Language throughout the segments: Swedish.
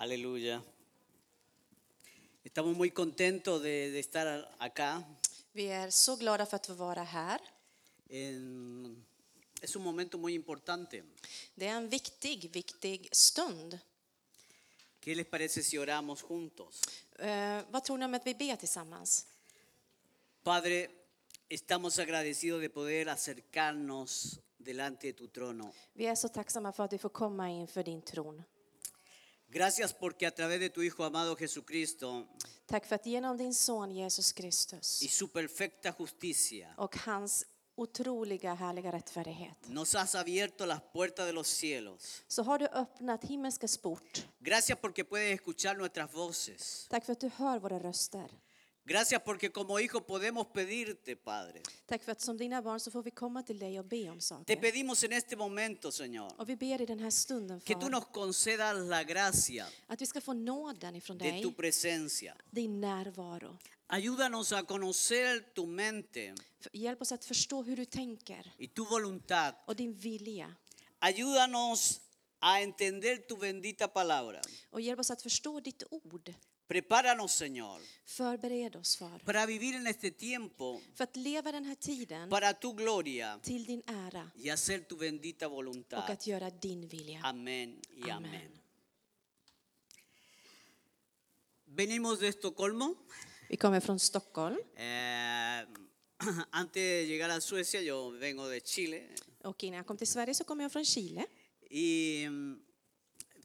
Aleluya. Estamos muy contentos de, de estar acá. Vi är så glada för att få vara här. En- es un momento muy importante. Det är en viktig, viktig stund. ¿Qué les parece si oramos juntos? Eh, vad tror ni om att vi ber tillsammans? Padre, estamos agradecidos de poder acercarnos delante de tu trono. Vi är så tacksamma för att vi får komma inför din tron. Gracias porque a través de tu Hijo amado Jesucristo Tack för att genom din son Jesus Kristus y su perfecta justicia och hans otroliga härliga rättfärdighet nos has abierto las puertas de los cielos. så har du öppnat himmelska sport. Gracias porque puedes escuchar nuestras voces. Tack för att du hör våra röster. Gracias porque como hijo podemos pedirte, Padre. Tack för att som dina barn så får vi komma till dig och be om Te saker. pedimos en este momento, Señor, Och vi ber i den här stunden que tú för nos concedas la gracia att vi ska få nåden ifrån de tu dig, presencia. din närvaro. Ayúdanos a conocer tu mente F- Hjälp oss att förstå hur du tänker y tu voluntad. och din vilja. Ayúdanos a entender tu bendita palabra. Och hjälp oss att förstå ditt ord. Prepáranos, Señor, Förbered oss för. para vivir en este tiempo För att leva den här tiden para tu gloria till din ära y hacer tu bendita och voluntad. att göra din vilja. Amén y Amén. amén. Venimos de Estocolmo. Vi kommer från Stockholm Eh, antes de llegar a Suecia, yo vengo de Chile och innan jag kom till Sverige så kom jag från Chile. y mm,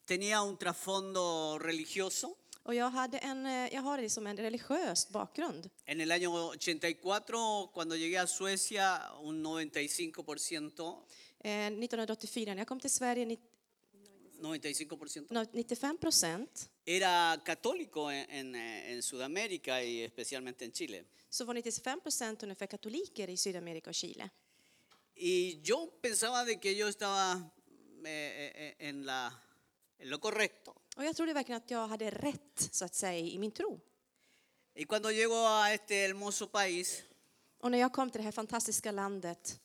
tenía un trasfondo religioso. Och jag, hade en, eh, jag har liksom en religiös bakgrund. En el año 84, cuando llegué a Suecia, un 95%, Eh, 1984 när jag kom till Sverige, ni- 95% nå- 95 procent, era católico en, en, eh, en Sudamérica y especialmente en Chile. så var 95 procent ungefär katoliker i Sydamerika och Chile. Y yo pensaba de que yo estaba eh, eh, en, la, en lo correcto. Och jag trodde verkligen att jag hade rätt, så att säga, i min tro. Y cuando llego a este hermoso país, Och när jag kom till det här fantastiska landet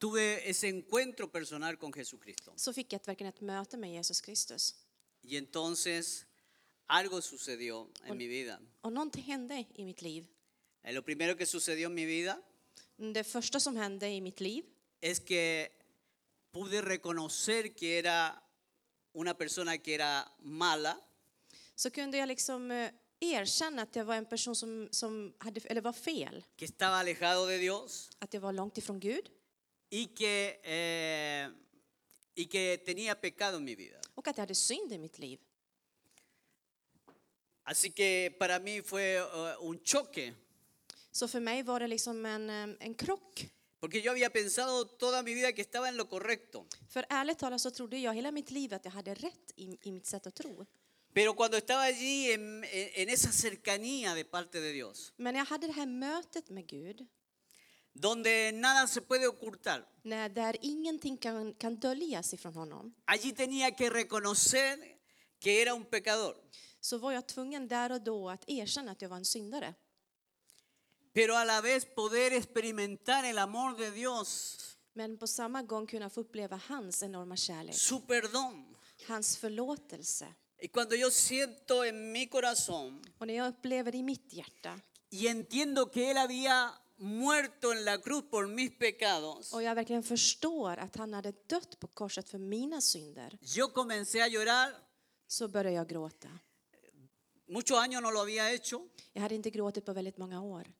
tuve ese encuentro personal con Jesucristo. så fick jag ett, verkligen ett möte med Jesus Kristus. Y entonces algo sucedió en mi vida. Och någonting hände i mitt liv. Eh, Lo primero que sucedió en mi vida Det första som hände i mitt liv es que pude reconocer que era una persona que era mala, så kunde jag liksom eh, erkänna att jag var en person som, som hade, eller var fel. que estaba alejado de Dios Att jag var långt ifrån Gud y que, eh, y que tenía pecado en mi vida. och att jag hade synd i mitt liv. Así que para mí fue eh, un choque, Så för mig var det liksom en, eh, en krock. porque yo había pensado toda mi vida que estaba en lo correcto. För ärligt talat så trodde jag hela mitt liv att jag hade rätt i, i mitt sätt att tro. Pero cuando estaba allí en, en esa cercanía de parte de Dios, Men när jag hade det här mötet med Gud, donde nada se puede ocultar, när, där ingenting kan, kan döljas ifrån honom, allí tenía que reconocer que era un pecador. så var jag tvungen där och då att erkänna att jag var en syndare. pero a la vez poder experimentar el amor de Dios, Men på samma gång kunna få uppleva hans enorma kärlek, su perdón. hans förlåtelse. Y cuando yo siento en mi corazón Och när jag upplever i mitt hjärta y entiendo que Él había muerto en la cruz por mis pecados, och jag verkligen förstår att han hade dött på korset för mina synder, yo comencé a llorar. så börjar jag gråta. Muchos años no lo había hecho Jag hade inte gråtit på väldigt många år.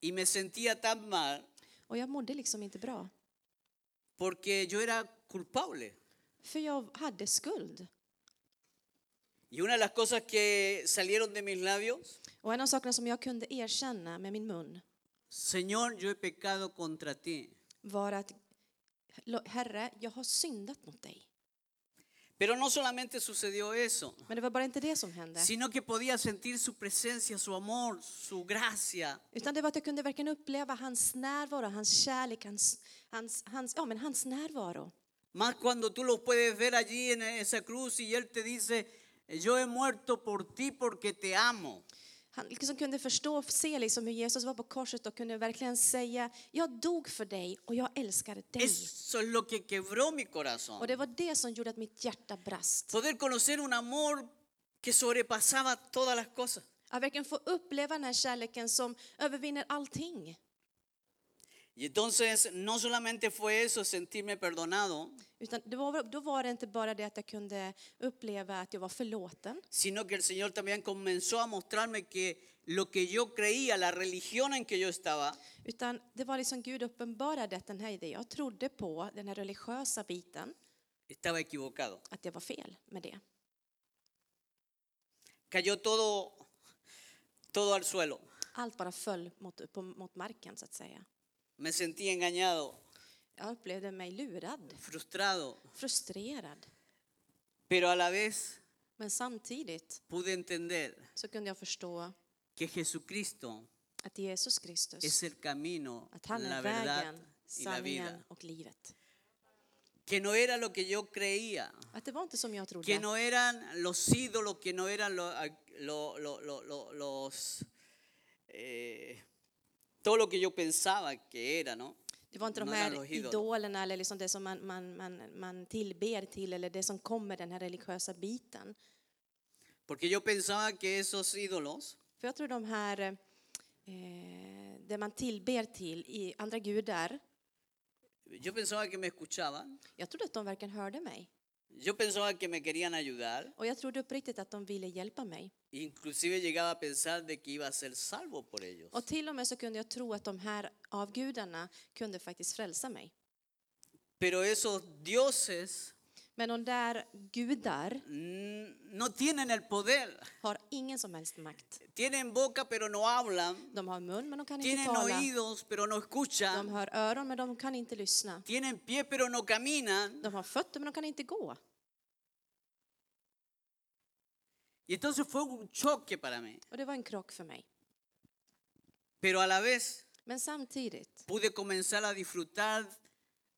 y me sentía tan mal Och jag mådde liksom inte bra. porque yo era culpable. För jag hade skuld. Y una de las cosas que salieron de mis labios, Och en av sakerna som jag kunde erkänna med min mun Señor, yo he pecado contra ti. var att Herre, jag har syndat mot dig. Pero no solamente sucedió eso, Men det var bara inte det som hände. sino que podía sentir su presencia, su amor, su gracia. Utan det var att jag kunde verkligen uppleva hans närvaro, hans kärlek, hans, hans, hans, ja, men hans närvaro. Más cuando tú lo puedes ver allí en esa cruz y Él te dice, yo he muerto por ti porque te amo. han liksom kunde förstå och se liksom hur Jesus var på korset och kunde verkligen säga, jag dog för dig och jag älskar dig. Eso es lo que quebró mi Och corazón. det var det som gjorde att mitt hjärta brast. Poder conocer un amor que sobrepasaba todas las cosas. Att verkligen få uppleva den här kärleken som övervinner allting. Y entonces no solamente fue eso, sentirme perdonado, Utan det var, då var det inte bara det att jag kunde uppleva att jag var förlåten. sino que el Señor también comenzó a mostrarme que lo que yo creía, la religión en que yo estaba, Utan det var liksom Gud uppenbarade att den här idén jag trodde på, den här religiösa biten, estaba equivocado. att det var fel med det. Cayó todo, todo al suelo. Allt bara föll mot, på, mot marken så att säga. Me sentí engañado, Jag upplevde mig lurad, frustrado, frustrerad. pero a la vez Men samtidigt pude entender så kunde jag förstå que Jesucristo att Jesus Kristus, es el camino, att han la är verdad y vägen, la sanningen vida. och livet. Que no era lo que yo creía, Att det var inte som jag trodde. que no eran los ídolos, que no eran lo- a- lo- lo- lo- lo- los... eh, todo lo que yo pensaba que era, ¿no? Det var inte de no eran här los ídolos. idolerna eller liksom det som man, man, man, man tillber till eller det som kommer den här religiösa biten. Porque yo pensaba que esos ídolos För jag tror de här, eh, det man tillber till i andra gudar, Yo pensaba que me escuchaban, jag trodde att de verkligen hörde mig. yo pensaba que me querían ayudar, Och jag trodde uppriktigt att de ville hjälpa mig. inclusive llegaba a pensar de que iba a ser salvo por ellos. Och till och med så kunde jag tro att de här avgudarna kunde faktiskt frälsa mig. Pero esos dioses Men de där gudar n- no tienen el poder, har ingen som helst makt. tienen boca pero no hablan, De har mun men de kan inte tienen tala. oídos pero no De escuchan, har öron men de kan inte lyssna. tienen pie pero no caminan. De har fötter men de kan inte gå. Y entonces fue un choque para mí, Och det var en krock för mig. pero a la vez Men samtidigt pude comenzar a disfrutar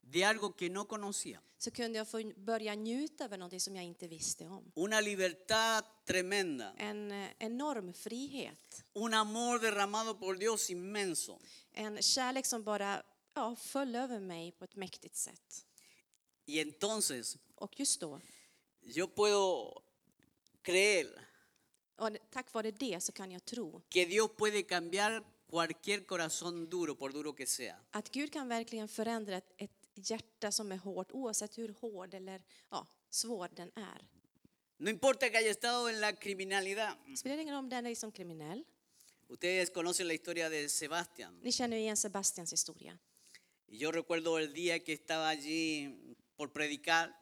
de algo que no conocía, så kunde jag få börja njuta över någonting som jag inte visste om. una libertad tremenda. En eh, enorm frihet. un amor derramado por Dios inmenso. En kärlek som bara ja, föll över mig på ett mäktigt sätt. Y entonces Och just då, yo puedo creer och tack vare det så kan jag tro que Dios puede cambiar cualquier corazón duro, por duro que sea. att Gud kan verkligen förändra ett, ett hjärta som är hårt oavsett hur hård eller ja, svår den är. No importa que haya estado en la criminalidad. Det spelar ingen roll om den är liksom kriminell. Ustedes conocen la historia de Sebastián. Ni känner ju igen Sebastians historia. Y yo recuerdo el día que estaba allí por predicar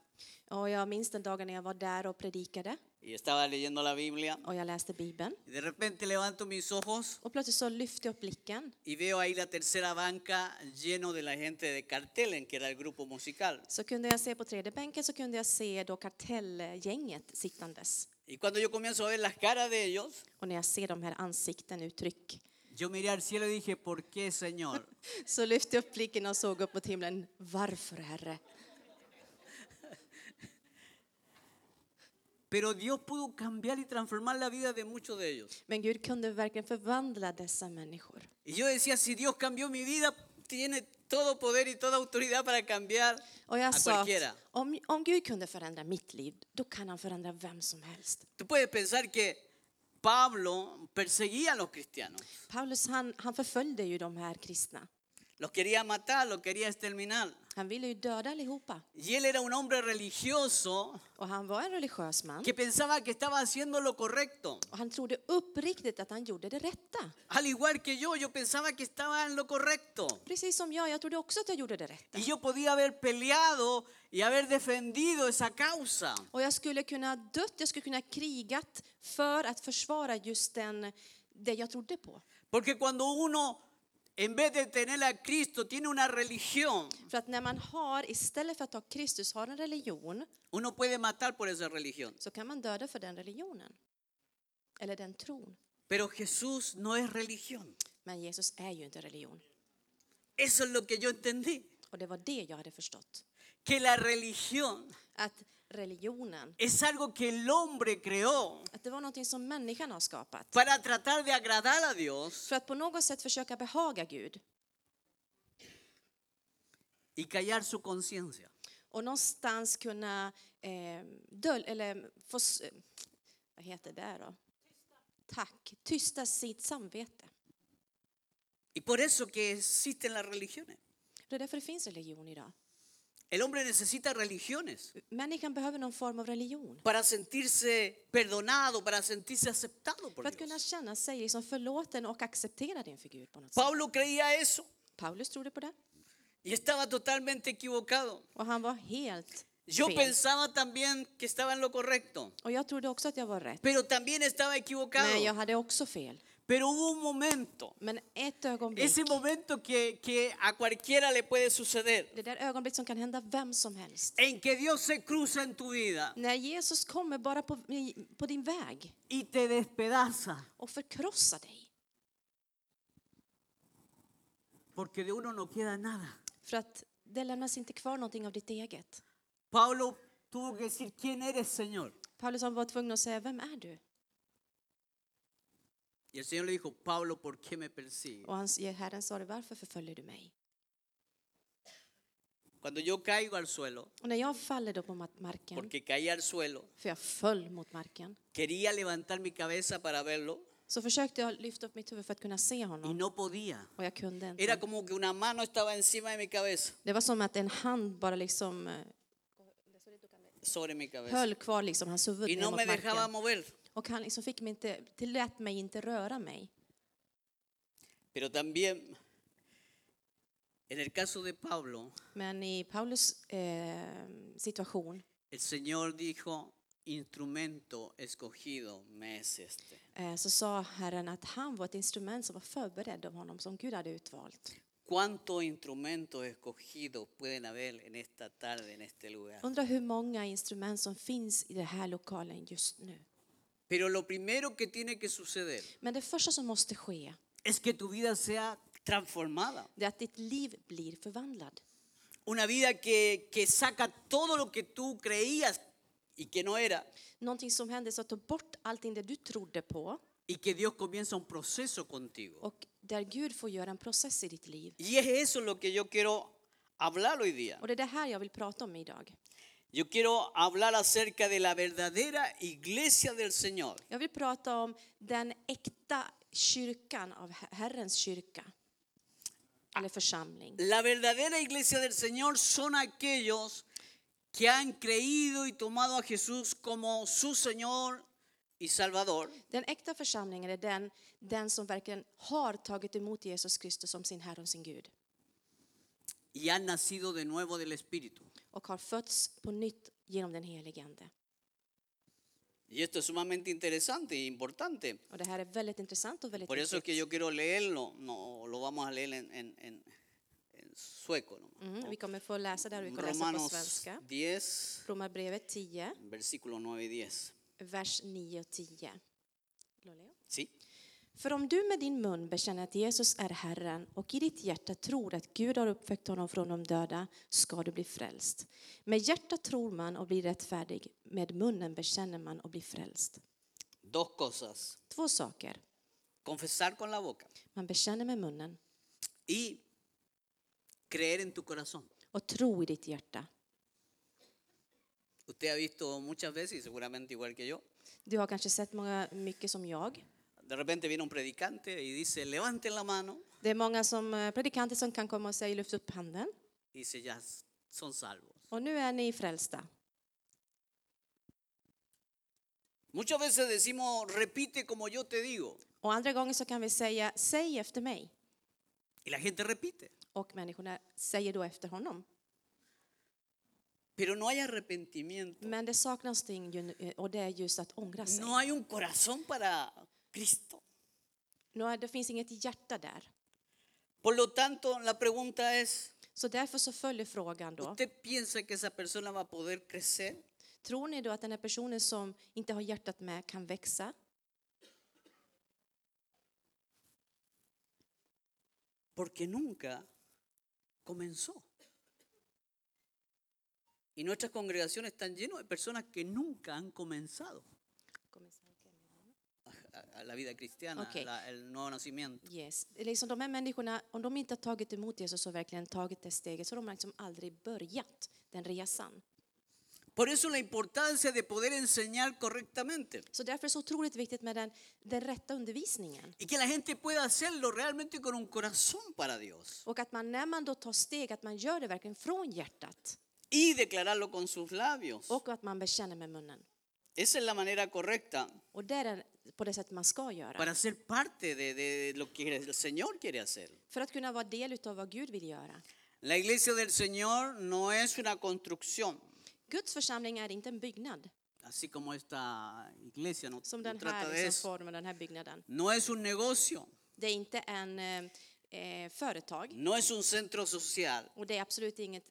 Och jag minns den dagen när jag var där och predikade y estaba leyendo la Biblia. och jag läste Bibeln. Y de repente levanto mis ojos Och plötsligt så lyfte jag upp blicken y veo ahí la tercera banca lleno de la gente de Cartelen, que era el grupo musical. så kunde jag se på tredje bänken så kunde jag se då kartellgänget sittandes. Y cuando yo comienzo a ver las caras de ellos, Och när jag ser de här ansikten, uttryck, Yo miré al cielo y dije, ¿por qué, Señor? så lyfte jag upp blicken och såg upp mot himlen. Varför, Herre? Pero Dios pudo cambiar y transformar la vida de muchos de ellos. Men Gud kunde verkligen förvandla dessa människor. Y yo decía, si Dios cambió mi vida, tiene todo poder y toda autoridad para cambiar Och a jag sa cualquiera. att om, om Gud kunde förändra mitt liv, då kan han förändra vem som helst. Tú puedes pensar que Pablo perseguía a los cristianos. Paulus han, han förföljde ju de här kristna. Los quería matar, los quería exterminar. Han ville ju döda allihopa. Y él era un hombre religioso Och han var en religiös man. que pensaba que estaba haciendo lo correcto. Och han trodde uppriktigt att han gjorde det rätta. Al igual que yo, yo pensaba que estaba en lo correcto. Precis som jag, jag trodde också att jag gjorde det rätta. Y yo podía haber peleado y haber defendido esa causa. Och jag skulle kunna ha dött, jag skulle kunna ha krigat för att försvara just den, det jag trodde på. Porque cuando uno, en vez de tener a Cristo, tiene una religión, För att när man har, istället för att ha Kristus, har en religion, uno puede matar por esa religión. så kan man döda för den religionen. Eller den tron. Pero Jesús no es religión. Men Jesus är ju inte religion. Eso es lo que yo entendí. Och det var det jag hade förstått. Que la religión Att religionen, es algo que el hombre creó att det var någonting som människan har skapat. para tratar de agradar a Dios För att på något sätt försöka behaga Gud. y callar su conciencia. Och någonstans kunna eh, döl, eller få, s- eh, vad heter det då? Tack. Tysta sitt samvete. Y por eso que existen las religiones. Det är därför det finns religion idag. El hombre necesita religiones Människan behöver någon form av religion. para sentirse perdonado, para sentirse aceptado För por att kunna Dios. känna sig liksom förlåten och accepterad inför Gud på något sätt. Pablo creía eso Paulus trodde på det. y estaba totalmente equivocado. Och han var helt Yo fel. pensaba también que estaba en lo correcto, Och jag trodde också att jag var rätt. pero también estaba equivocado. Men jag hade också fel. Pero hubo un momento, Men ett ögonblick, ese momento que, que a cualquiera le puede suceder, det där ögonblick som kan hända vem som helst. en que Dios se cruza en tu vida När Jesus kommer bara på, i- på din väg y te despedaza, och förkrossar dig. porque de uno no queda nada. För att det lämnas inte kvar någonting av ditt eget. Pablo tuvo que decir, ¿quién eres, Señor? Paulus var tvungen att säga, vem är du? Y el Señor le dijo, Pablo, ¿por qué me persigues? Och han, Herren sa, varför förföljer du mig? Cuando yo caigo al suelo, Och när jag faller då på mat- marken, porque caí al suelo, för jag föll mot marken, quería levantar mi cabeza para verlo så försökte jag lyfta upp mitt huvud för att kunna se y honom. no podía. Och jag kunde Era inte. como que una mano estaba encima de mi cabeza, Det var som att en hand bara liksom eh, sobre mi cabeza, höll kvar liksom hans huvud y ner no mot me dejaba marken. mover. Och han liksom fick mig inte, tillät mig inte röra mig. Pero también, en el caso de Pablo, Men i Paulus eh, situation el Señor dijo, instrumento escogido me es este. eh, så sa Herren att han var ett instrument som var förberedd av honom, som Gud hade utvalt. ¿Cuántos instrumentos escogidos pueden haber en esta tarde, en este lugar? Undrar hur många instrument som finns i den här lokalen just nu. Pero lo primero que tiene que suceder Men det första som måste ske, es que tu vida sea transformada. det är att ditt liv blir förvandlad. Una vida que, que saca todo lo que tú creías y que no era. Någonting som händer så att ta bort allting det du trodde på Y que Dios comienza un proceso contigo. och där Gud får göra en process i ditt liv. Y es eso lo que yo quiero hablar hoy día. Och det är det här jag vill prata om idag. Yo quiero hablar acerca de la verdadera iglesia del Señor. Jag vill prata om den äkta kyrkan av Her- Herrens kyrka. Eller församling. La verdadera iglesia del Señor son aquellos que han creído y tomado a Jesús como su Señor y Salvador. Den äkta församlingen är den, den som verkligen har tagit emot Jesus Kristus som sin Herre och sin Gud. y han nacido de nuevo del Espíritu. Och har fötts på nytt genom den helige Ande. Y esto es sumamente interesante e importante. Och det här är väldigt intressant och väldigt Por eso es que viktigt. yo quiero leerlo. No, lo vamos a leer en, en- en- en sueco. ¿no? Mm, vi kommer få läsa det här och vi kommer läsa på Romanos svenska. 10, Romarbrevet 10, versículos 9 y 10. vers 9 och 10. Loleo. ¿Sí? För om du med din mun bekänner att Jesus är Herren och i ditt hjärta tror att Gud har uppväckt honom från de döda ska du bli frälst. Med hjärtat tror man och blir rättfärdig, med munnen bekänner man och blir frälst. Dos cosas. Två saker. Confesar con la boca Man bekänner med munnen y creer en tu corazón. och tro i ditt hjärta. Usted ha visto muchas veces, y seguramente igual que yo, Du har kanske sett många, mycket som jag. de repente viene un predicante y dice, levanten la mano. Det är många som, eh, predikanter som kan komma och säga lyft upp handen Y dice, ya son salvos. och nu är ni frälsta. Muchas veces decimos, repite como yo te digo. Och andra gånger så kan vi säga säg efter mig Y la gente repite. och människorna säger då efter honom. Pero no hay arrepentimiento. Men det saknas ting ju- eh, och det är just att ångra sig. No hay un corazón para Cristo. Nu är- Det finns inget hjärta där. Por lo tanto, la pregunta es, Så därför så följer frågan då. ¿usted piensa que esa persona va a poder crecer? Tror ni då att den här personen som inte har hjärtat med kan växa? Porque nunca comenzó. Y nuestras congregaciones están llenas de personas que nunca han comenzado. a- a la vida cristiana, Ok. la- el nuevo nacimiento. Yes. Liksom de här människorna, om de inte har tagit emot Jesus och verkligen tagit det steget så har de liksom aldrig börjat den resan. Por eso la importancia de poder enseñar correctamente Så därför är det så otroligt viktigt med den, den rätta undervisningen. y que la gente pueda hacerlo realmente con un corazón para Dios Och att man när man då tar steg, att man gör det verkligen från hjärtat. y declararlo con sus labios. Och att man bekänner med munnen. Esa es la manera correcta Och det är den- på det sättet man ska göra. para ser parte de, de lo que el Señor quiere hacer. För att kunna vara del av vad Gud vill göra. La iglesia del Señor no es una construcción, Guds församling är inte en byggnad, así como esta iglesia no, som no den trata här de liksom, eso. formen, den här byggnaden. No es un negocio, Det är inte en eh, eh, företag no es un centro social, och det är absolut inget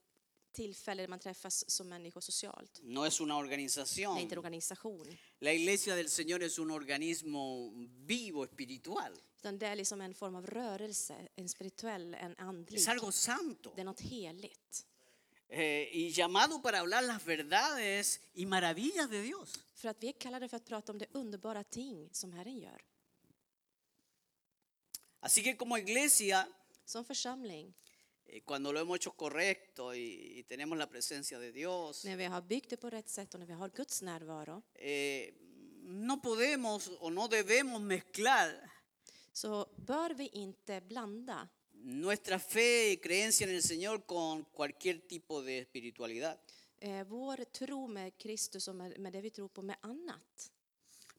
tillfälle där man träffas som människor socialt. no es una Det är organización. inte en organisation, La iglesia del Señor es un organismo vivo, espiritual. utan det är liksom en form av rörelse, en spirituell, en andlig. Es algo santo Det är något heligt. eh, y llamado para hablar las verdades y maravillas de Dios. För att vi är kallade för att prata om det underbara ting som Herren gör. Así que como iglesia, Som församling, eh, cuando lo hemos hecho correcto y, y tenemos la presencia de Dios, när vi har byggt det på rätt sätt och när vi har Guds närvaro, eh, no podemos o no debemos mezclar så bör vi inte blanda nuestra fe y creencia en el Señor con cualquier tipo de espiritualidad. eh, vår tro med Kristus och med, med det vi tror på med annat.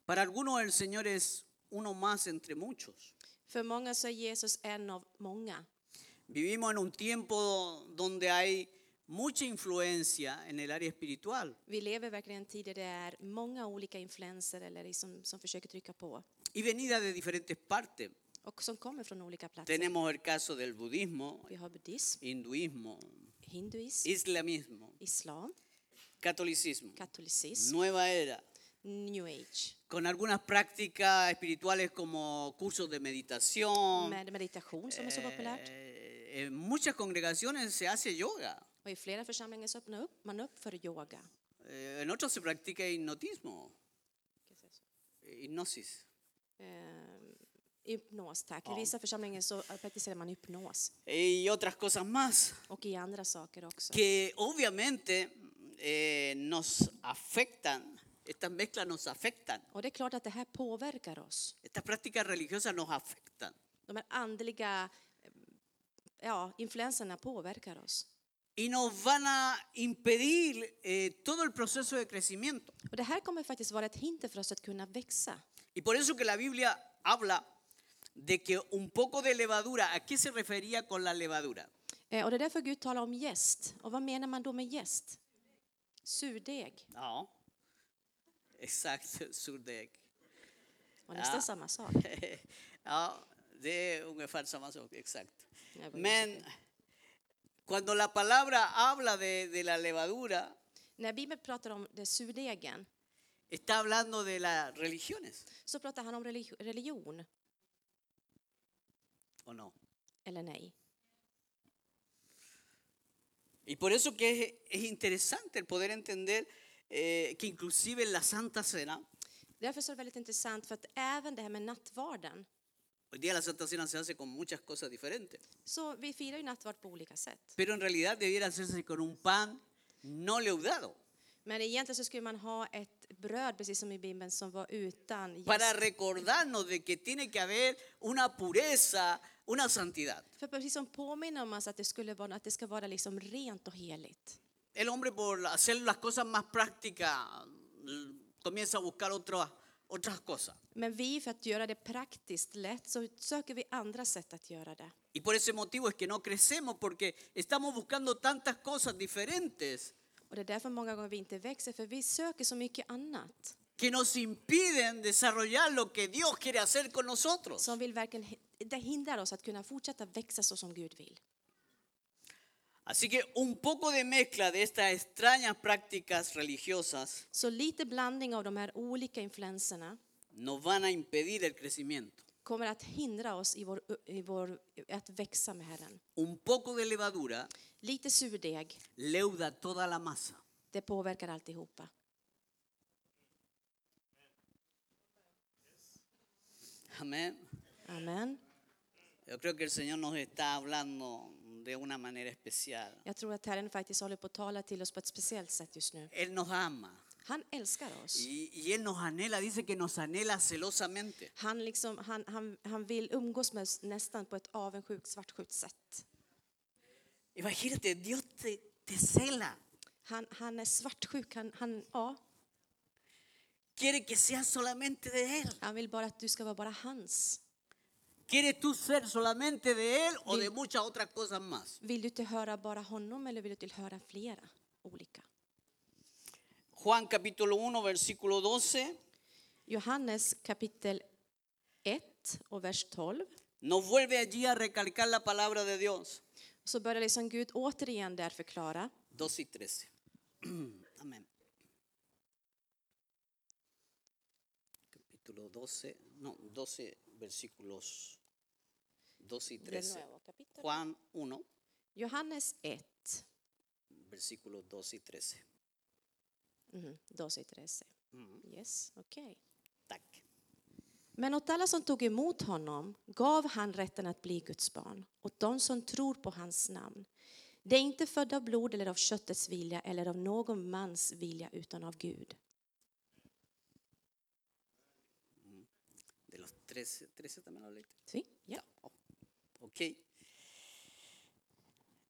Para algunos el Señor es uno más entre muchos. För många så är Jesus en av många. Vivimos en un tiempo donde hay mucha influencia en el área espiritual Vi lever verkligen i en tid där det är många olika influenser eller liksom, som försöker trycka på y venida de diferentes partes. och som kommer från olika platser. Tenemos el caso del budismo, Vi har buddhism, hinduismo, hinduism, islamismo, islam, catolicismo, katolicism, nueva era, new age, con algunas prácticas espirituales como cursos de meditación. med meditation som är så populärt. Eh, en muchas congregaciones se hace yoga, Och i flera församlingar så öppnar upp, man upp för yoga. Eh, en otras se practica hipnotismo, eh, hipnosis. Eh, hypnos, tack. I vissa församlingar så praktiserar man hypnos Y otras cosas más och i andra saker också. que obviamente eh, nos afectan, estas mezclas nos afectan, Och det är klart att det här påverkar oss. estas prácticas religiosas nos afectan. De här andliga eh, ja, influenserna påverkar oss. y nos van a impedir eh, todo el proceso de crecimiento. Och det här kommer faktiskt vara ett hinder för oss att kunna växa. Y por eso que la Biblia habla de que un poco de levadura, ¿a qué se refería con la levadura? Eh, Och det är därför Gud talar om gäst. Och vad menar man då med gäst? Surdeg. No. Exacto, surdeg. Och nästan Ja. samma sak. no, Ah, de un falsa más exacto. Jag börjar Men, försöka. cuando la palabra habla de, de la levadura, När Bibeln pratar om det surdegen está hablando de las religiones, så pratar han om religi- religion, ¿o no? eller nej? Y por eso que es, es interesante el poder entender eh, que inclusive en la Santa Cena, Därför så är det väldigt intressant för att även det här med nattvarden, hoy día la Santa Cena se hace con muchas cosas diferentes, så vi firar ju nattvard på olika sätt. pero en realidad debiera hacerse con un pan no leudado Men egentligen så skulle man ha ett bröd, precis som i Bibeln, som var utan para gäst. recordarnos de que tiene que haber una pureza, una santidad. För precis som påminner om oss att det, skulle vara, att det ska vara liksom rent och heligt. El hombre por hacer las cosas más prácticas l- comienza a buscar otras otras cosas. Men vi, för att göra det praktiskt lätt, så söker vi andra sätt att göra det. Y por ese motivo es que no crecemos porque estamos buscando tantas cosas diferentes Och det är därför många gånger vi inte växer, för vi söker så mycket annat que nos impiden desarrollar lo que Dios quiere hacer con nosotros. som vill verkligen, det hindrar oss att kunna fortsätta växa så som Gud vill. Así que un poco de mezcla de estas extrañas prácticas religiosas Så lite blandning av de här olika influenserna nos van a impedir el crecimiento. kommer att hindra oss i vår, i vår, att växa med Herren. Un poco de levadura Lite surdeg, leuda toda la masa. det påverkar alltihopa. Amén. Amen. Yo creo que el Señor nos está hablando de una manera especial. Jag tror att Herren faktiskt håller på att tala till oss på ett speciellt sätt just nu. Él nos ama Han älskar oss. y, y Él nos anhela, dice que nos anhela celosamente. Han, liksom, han, han, han vill umgås med oss nästan på ett avundsjukt, svartsjukt sätt. Imagínate, Dios te, te cela, Han, han är svartsjuk. Han, han, ja, quiere que seas solamente de Él. han vill bara att du ska vara bara hans. ¿Quieres tú ser solamente de Él o de muchas otras cosas más? Vill du tillhöra bara honom eller vill du tillhöra flera olika? Juan capítulo 1, versículo 12, Johannes kapitel 1 och vers 12 nos vuelve allí a recalcar la palabra de Dios. så börjar liksom Gud återigen där förklara 2 y 13. Amén. Capítulo 12, no, 12 versículos 12 y 13. Juan 1, Johannes 1, versículos 12 y 13. mm, 12 13. Mm. Yes, okej. Tack. Men åt alla som tog emot honom gav han rätten att bli Guds barn, åt de som tror på hans namn. Det är inte födda av blod eller av köttets vilja eller av någon mans vilja utan av Gud. De los 13, 13 también lo leíste. Sí? Ja. Ok.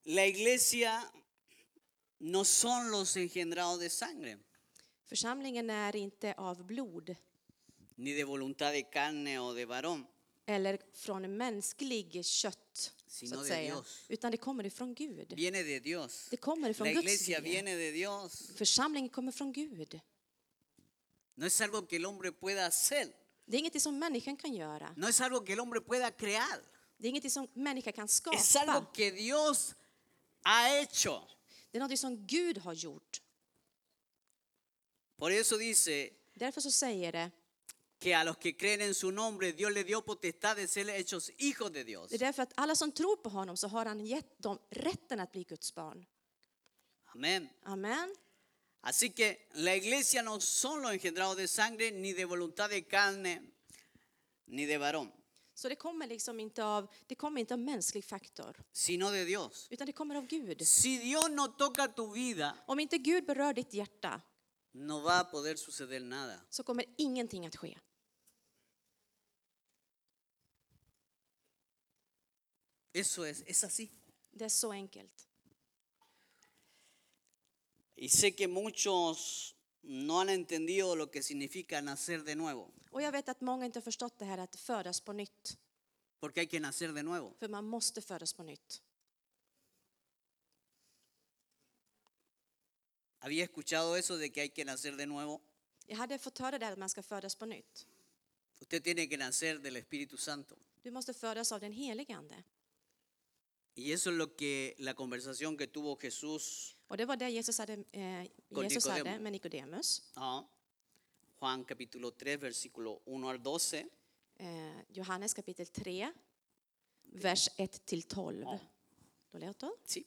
La iglesia no son los engendrados de sangre, Församlingen är inte av blod ni de voluntad de carne o de varón, eller från mänsklig kött, Sino så att de säga. Dios. utan det kommer ifrån Gud. viene de Dios. Det kommer ifrån La Guds iglesia vilja. viene de Dios. Församlingen kommer från Gud. No es algo que el hombre pueda hacer, Det är inget som människan kan göra. no es algo que el hombre pueda crear, Det är inget som människan kan es skapa. algo que Dios ha hecho. Det är något som Gud har gjort. Por eso dice Därför så säger det, que a los que creen en su nombre Dios le dio potestad de ser hechos hijos de Dios. det är därför att alla som tror på honom så har han gett dem rätten att bli Guds barn. Amén. Amen. Así que la iglesia no son los engendrados de sangre, ni de voluntad de carne, ni de varón, Så det kommer liksom inte av, det kommer inte av mänsklig faktor, sino de Dios. utan det kommer av Gud. Si Dios no toca tu vida, Om inte Gud berör ditt hjärta no va a poder suceder nada. så kommer ingenting att ske. Eso es, es así. Det är så enkelt. Y sé que muchos no han entendido lo que significa nacer de nuevo, Och jag vet att många inte har förstått det här att födas på nytt, porque hay que nacer de nuevo. för man måste födas på nytt. Había escuchado eso de que hay que nacer de nuevo. Jag hade fått höra det här att man ska födas på nytt. Usted tiene que nacer del Espíritu Santo. Du måste födas av den helige Ande. Y eso es lo que la conversación que tuvo Jesús Och det var det Jesus hade, eh, Con Jesus hade Nicodemus. med Nikodemus. Ah, Juan capítulo 3, versículo 1 al 12. Eh, Johannes kapitel 3, vers 1-12. Ja. Då låter det. Sí.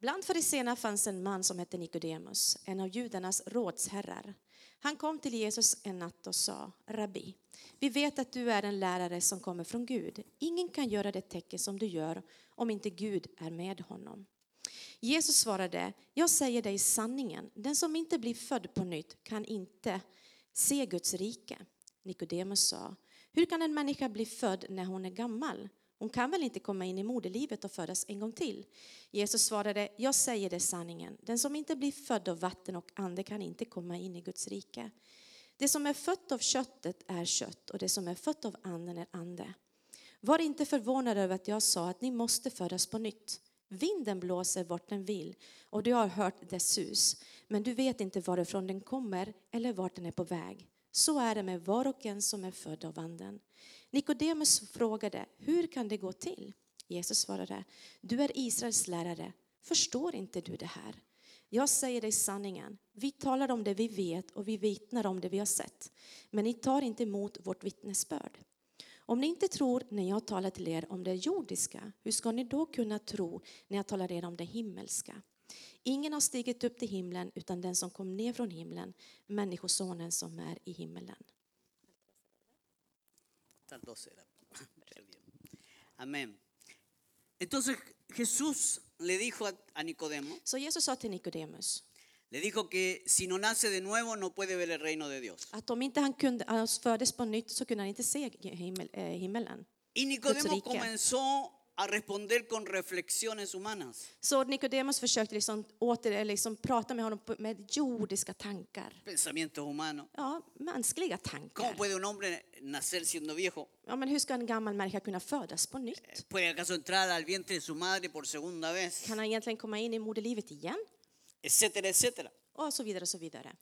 Bland fariséerna fanns en man som hette Nikodemus, en av judarnas rådsherrar. Han kom till Jesus en natt och sa, Rabbi, vi vet att du är en lärare som kommer från Gud. Ingen kan göra det tecken som du gör om inte Gud är med honom. Jesus svarade, jag säger dig sanningen, den som inte blir född på nytt kan inte se Guds rike. Nikodemus sa, hur kan en människa bli född när hon är gammal? Hon kan väl inte komma in i moderlivet och födas en gång till? Jesus svarade, jag säger dig sanningen, den som inte blir född av vatten och ande kan inte komma in i Guds rike. Det som är fött av köttet är kött och det som är fött av anden är ande. Var inte förvånad över att jag sa att ni måste födas på nytt. Vinden blåser vart den vill och du har hört dess sus, men du vet inte varifrån den kommer eller vart den är på väg. Så är det med var och en som är född av anden. Nikodemus frågade, hur kan det gå till? Jesus svarade, du är Israels lärare, förstår inte du det här? Jag säger dig sanningen, vi talar om det vi vet och vi vittnar om det vi har sett, men ni tar inte emot vårt vittnesbörd. Om ni inte tror när jag talar till er om det jordiska, hur ska ni då kunna tro när jag talar er om det himmelska? Ingen har stigit upp till himlen utan den som kom ner från himlen, Människosonen som är i himmelen. Estas dos eran. Perdí. Amén. Entonces Jesús le dijo a, a Nicodemo, Så Jesus sa till Nikodemus le dijo que si no nace de nuevo no puede ver el reino de Dios. att om inte han kunde, han föddes på nytt så kunde han inte se himmel, eh, himmelen. Y Nicodemo Rica. comenzó a responder con reflexiones humanas. Så Nikodemus försökte liksom åter, eller liksom prata med honom på- med jordiska tankar. Pensamientos humanos. Ja, mänskliga ¿Cómo tankar. puede un hombre nacer siendo viejo? Ja, men hur ska en gammal människa kunna födas på nytt? ¿Puede acaso entrar al vientre de su madre por segunda vez? Kan han egentligen komma in i moderlivet igen? Etcétera, etcétera. Och så vidare, och så vidare.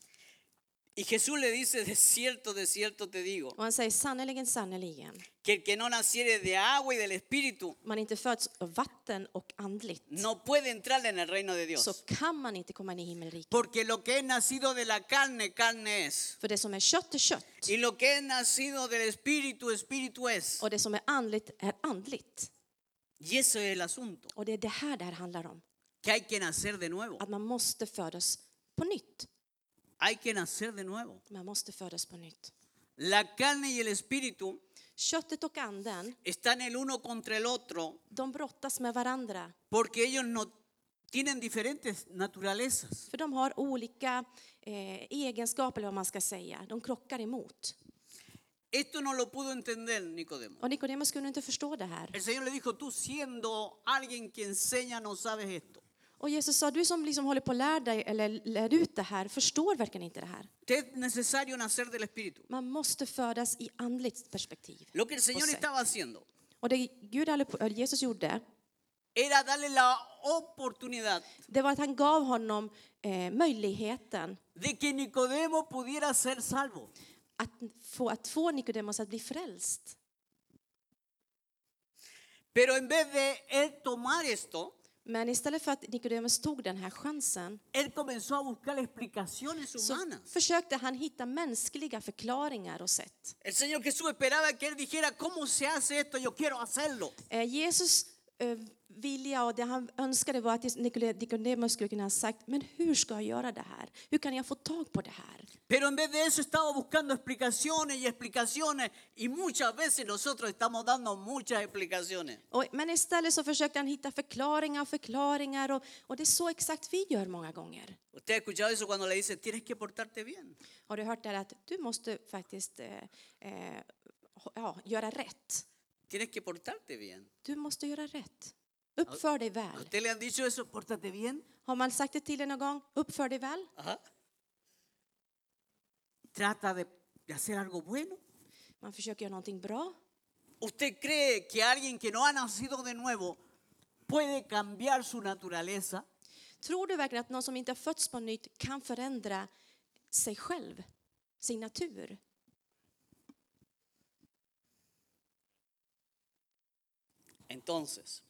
Y Jesús le dice, de cierto, de cierto te digo, Och han säger sannerligen, sannerligen, que el que no naciere de agua y del espíritu man inte föds av vatten och andligt no puede entrar en el reino de så Dios. kan man inte komma in i himmelriket. Porque lo que es nacido de la carne, carne es. För det som är kött är kött Y lo que es nacido del espíritu, espíritu es. och det som är andligt är andligt. Y eso es el asunto, Och det är det här det här handlar om, que hay que nacer de nuevo. att man måste födas på nytt. Hay que nacer de nuevo. Man måste födas på nytt. La carne y el espíritu Köttet och anden, están el uno contra el otro de brottas med varandra porque ellos no tienen diferentes naturalezas. för de har olika eh, egenskaper eller vad man ska säga. De krockar emot. Esto no lo pudo entender Nicodemo. Och Nikodemus kunde inte förstå det här. El Señor le dijo, tú siendo alguien que enseña no sabes esto. Och Jesus sa, du som liksom håller på att lära dig eller lär ut det här förstår verkligen inte det här. Te es necesario nacer del Espíritu. Man måste födas i andligt perspektiv. Lo que el Señor sé. estaba haciendo Och det Gud höll på- Jesus gjorde, era darle la oportunidad det var att han gav honom eh, möjligheten de que Nicodemo pudiera ser salvo. att få, att få Nikodemus att bli frälst. Pero en vez de él tomar esto, Men istället för att Nikodemus tog den här chansen él comenzó a buscar explicaciones så humanas. försökte han hitta mänskliga förklaringar och sätt. El Señor Jesús esperaba que él dijera, ¿cómo se hace esto? Yo quiero hacerlo. Eh, Jesus eh, vilja och det han önskade var att Nikode- Nikodemus skulle kunna ha sagt, men hur ska jag göra det här? Hur kan jag få tag på det här? Pero en vez de eso estaba buscando explicaciones y explicaciones y muchas veces nosotros estamos dando muchas explicaciones. Och, men istället så försökte han hitta förklaringar och förklaringar och, och det är så exakt vi gör många gånger. Usted ha escuchado eso cuando le dice, tienes que portarte bien. Har du hört det här att du måste faktiskt eh, eh, ho- ja, göra rätt? Tienes que portarte bien. Du måste göra rätt. Uppför dig ¿A väl. usted le han dicho eso, pórtate bien? Har man sagt det till dig någon gång? Uppför dig väl. Ajá. Trata de, de hacer algo bueno. Man försöker göra någonting bra. ¿Usted cree que alguien que no ha nacido de nuevo puede cambiar su naturaleza? Tror du verkligen att någon som inte har fötts på nytt kan förändra sig själv, sin natur? Entonces,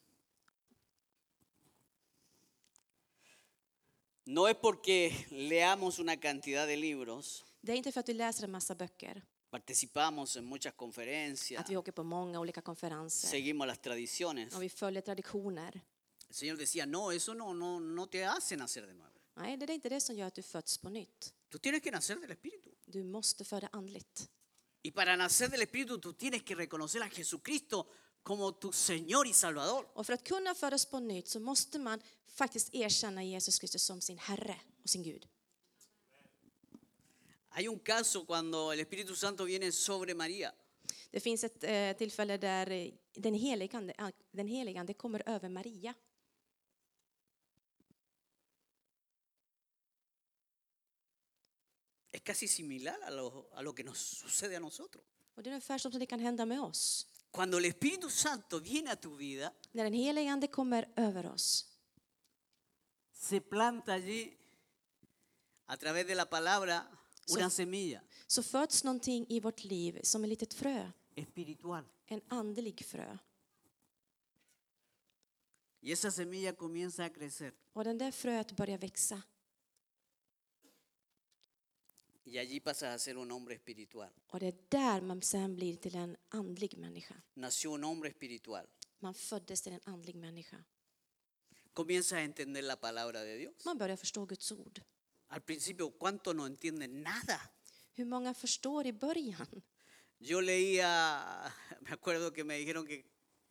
no es porque leamos una cantidad de libros, Det är inte för att vi läser en massa böcker, participamos en muchas conferencias, att vi åker på många olika konferenser seguimos las tradiciones. och vi följer traditioner. El Señor decía, no, eso no, no, no te hace nacer de nuevo. Nej, det är inte det som gör att du föds på nytt. Tú tienes que nacer del Espíritu. Du måste föda andligt. Y para nacer del Espíritu tú tienes que reconocer a Jesucristo como tu Señor y Salvador. Och för att kunna födas på nytt så måste man faktiskt erkänna Jesus Kristus som sin Herre och sin Gud. Hay un caso cuando el Espíritu Santo viene sobre María. Det finns ett eh, tillfälle där eh, den heligande, ah, den heligande kommer över Maria. Es casi similar a lo, a lo que nos sucede a nosotros. Och det är ungefär som det kan hända med oss. Cuando el Espíritu Santo viene a tu vida, När den heligande kommer över oss se planta allí a través de la palabra una semilla så föds någonting i vårt liv som ett litet frö, espiritual. en andlig frö. Y esa semilla comienza a crecer. Och den där fröet börjar växa Y allí pasas a ser un hombre espiritual. och det är där man sen blir till en andlig människa. Nació un hombre espiritual. Man föddes till en andlig människa. Comienzas a entender la palabra de Dios. Man börjar förstå Guds ord. Al principio, ¿cuánto no entienden nada? Hur många förstår i början? Yo leía, me acuerdo que me dijeron que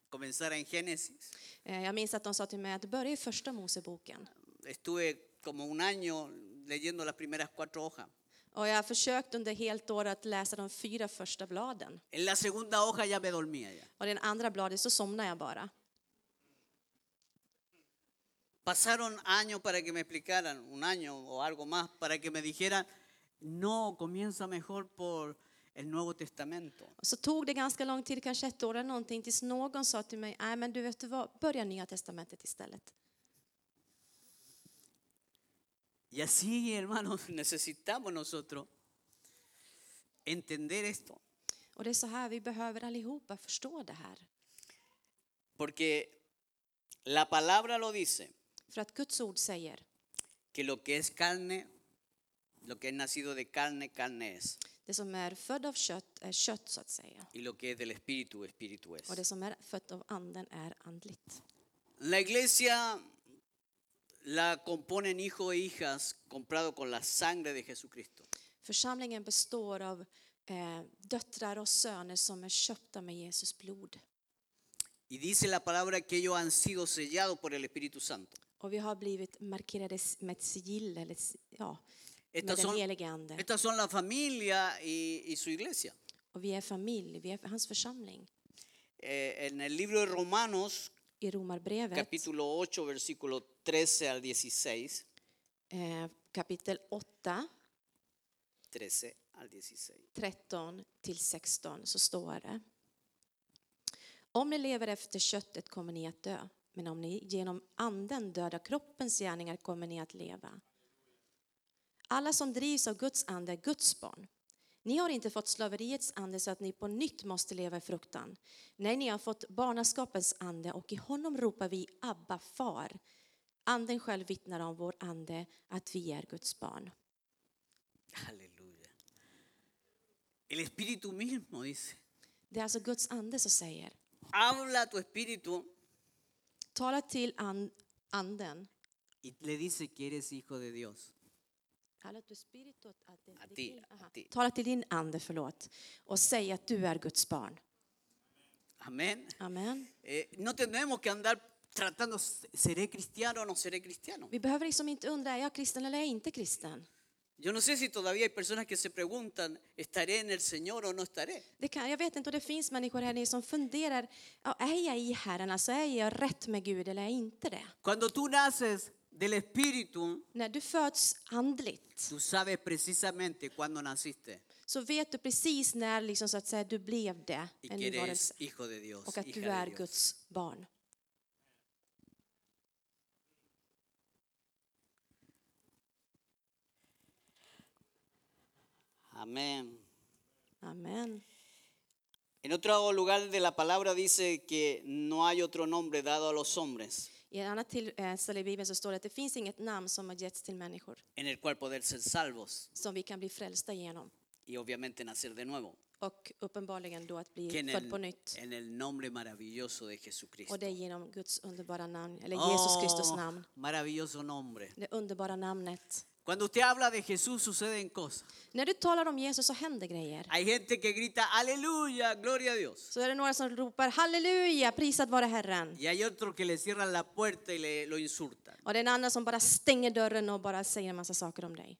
comenzara en Génesis. Eh, Jag minns att de sa till mig att börja i första Moseboken. Estuve como un año leyendo las primeras cuatro hojas. Och jag har försökt under helt år att läsa de fyra första bladen. En la segunda hoja ya me dormía ya. Och den andra bladet så somnar jag bara. Pasaron años para que me explicaran, un año o algo más, para que me dijeran, no, comienza mejor por el Nuevo Testamento. Och så tog det ganska lång tid, kanske ett år eller någonting, tills någon sa till mig, nej men du vet du vad, börja Nya Testamentet istället. Y así, hermanos, necesitamos nosotros entender esto, Och det är så här vi behöver allihopa förstå det här. porque la palabra lo dice, För att Guds ord säger, que lo que es carne, lo que es nacido de carne, carne es, det som är född av kött är kött så att säga. y lo que es del espíritu, espíritu es. Och det som är fött av anden är andligt. La iglesia la componen hijos e hijas comprado con la sangre de Jesucristo. Församlingen består av eh, döttrar och söner som är köpta med Jesus blod. Y dice la palabra que ellos han sido sellados por el Espíritu Santo. Och vi har blivit markerade s- med ett sigill, eller s- ja, med Estas den son, helige Ande. estas son la familia y, y su iglesia. Och vi är familj, vi är hans församling. Eh, en el libro de Romanos, I Romarbrevet capítulo 8, versículo 13 al 16, eh, kapitel 8, 13 al 16. 13 till 16 så står det. Om ni lever efter köttet kommer ni att dö, men om ni genom anden dödar kroppens gärningar kommer ni att leva. Alla som drivs av Guds ande är Guds barn. Ni har inte fått slaveriets ande så att ni på nytt måste leva i fruktan. Nej, ni har fått barnaskapets ande och i honom ropar vi Abba, far. Anden själv vittnar om vår ande att vi är Guds barn. Aleluya. El Espíritu mismo dice, Det är alltså Guds ande som säger habla a tu Espíritu tala till an, anden. y le dice que eres hijo de Dios. A ti, a ti. Tala till din ande, förlåt, och säg att du är Guds barn. Amén. Amen. Eh, no tenemos que andar tratando, ¿seré cristiano o no seré cristiano? Vi behöver liksom inte undra, är jag kristen eller är jag inte kristen? Yo no sé si todavía hay personas que se preguntan, ¿estaré en el Señor o no estaré? Det kan, jag vet inte, och det finns människor här inne som funderar, ja, är jag i Herren, alltså är jag rätt med Gud eller är jag inte det? Cuando tú naces del Espíritu, När du föds andligt tú sabes precisamente cuándo naciste så vet du precis när liksom, så att säga, du blev det, y en que ny eres varelse, hijo de Dios. och att du hija är de Dios. Guds barn. Amén. Amen. En otro lugar de la palabra dice que no hay otro nombre dado a los hombres I ett annat till, eh, ställe i Bibeln så står det att det finns inget namn som har getts till människor en el cual poder ser salvos som vi kan bli frälsta genom y obviamente nacer de nuevo. och uppenbarligen då att Que bli en född på el, nytt. en el nombre maravilloso de Jesucristo. Och det är genom Guds underbara namn, eller Jesus Kristus Oh, namn. Maravilloso nombre. Det underbara namnet. Cuando usted habla de Jesús suceden cosas. När du talar om Jesus så händer grejer. Hay gente que grita aleluya, gloria a Dios. Så är det några som ropar halleluja, prisad vare Herren. Y hay otro que le cierran la puerta y le, lo insultan. Och det är en annan som bara stänger dörren och bara säger en massa saker om dig.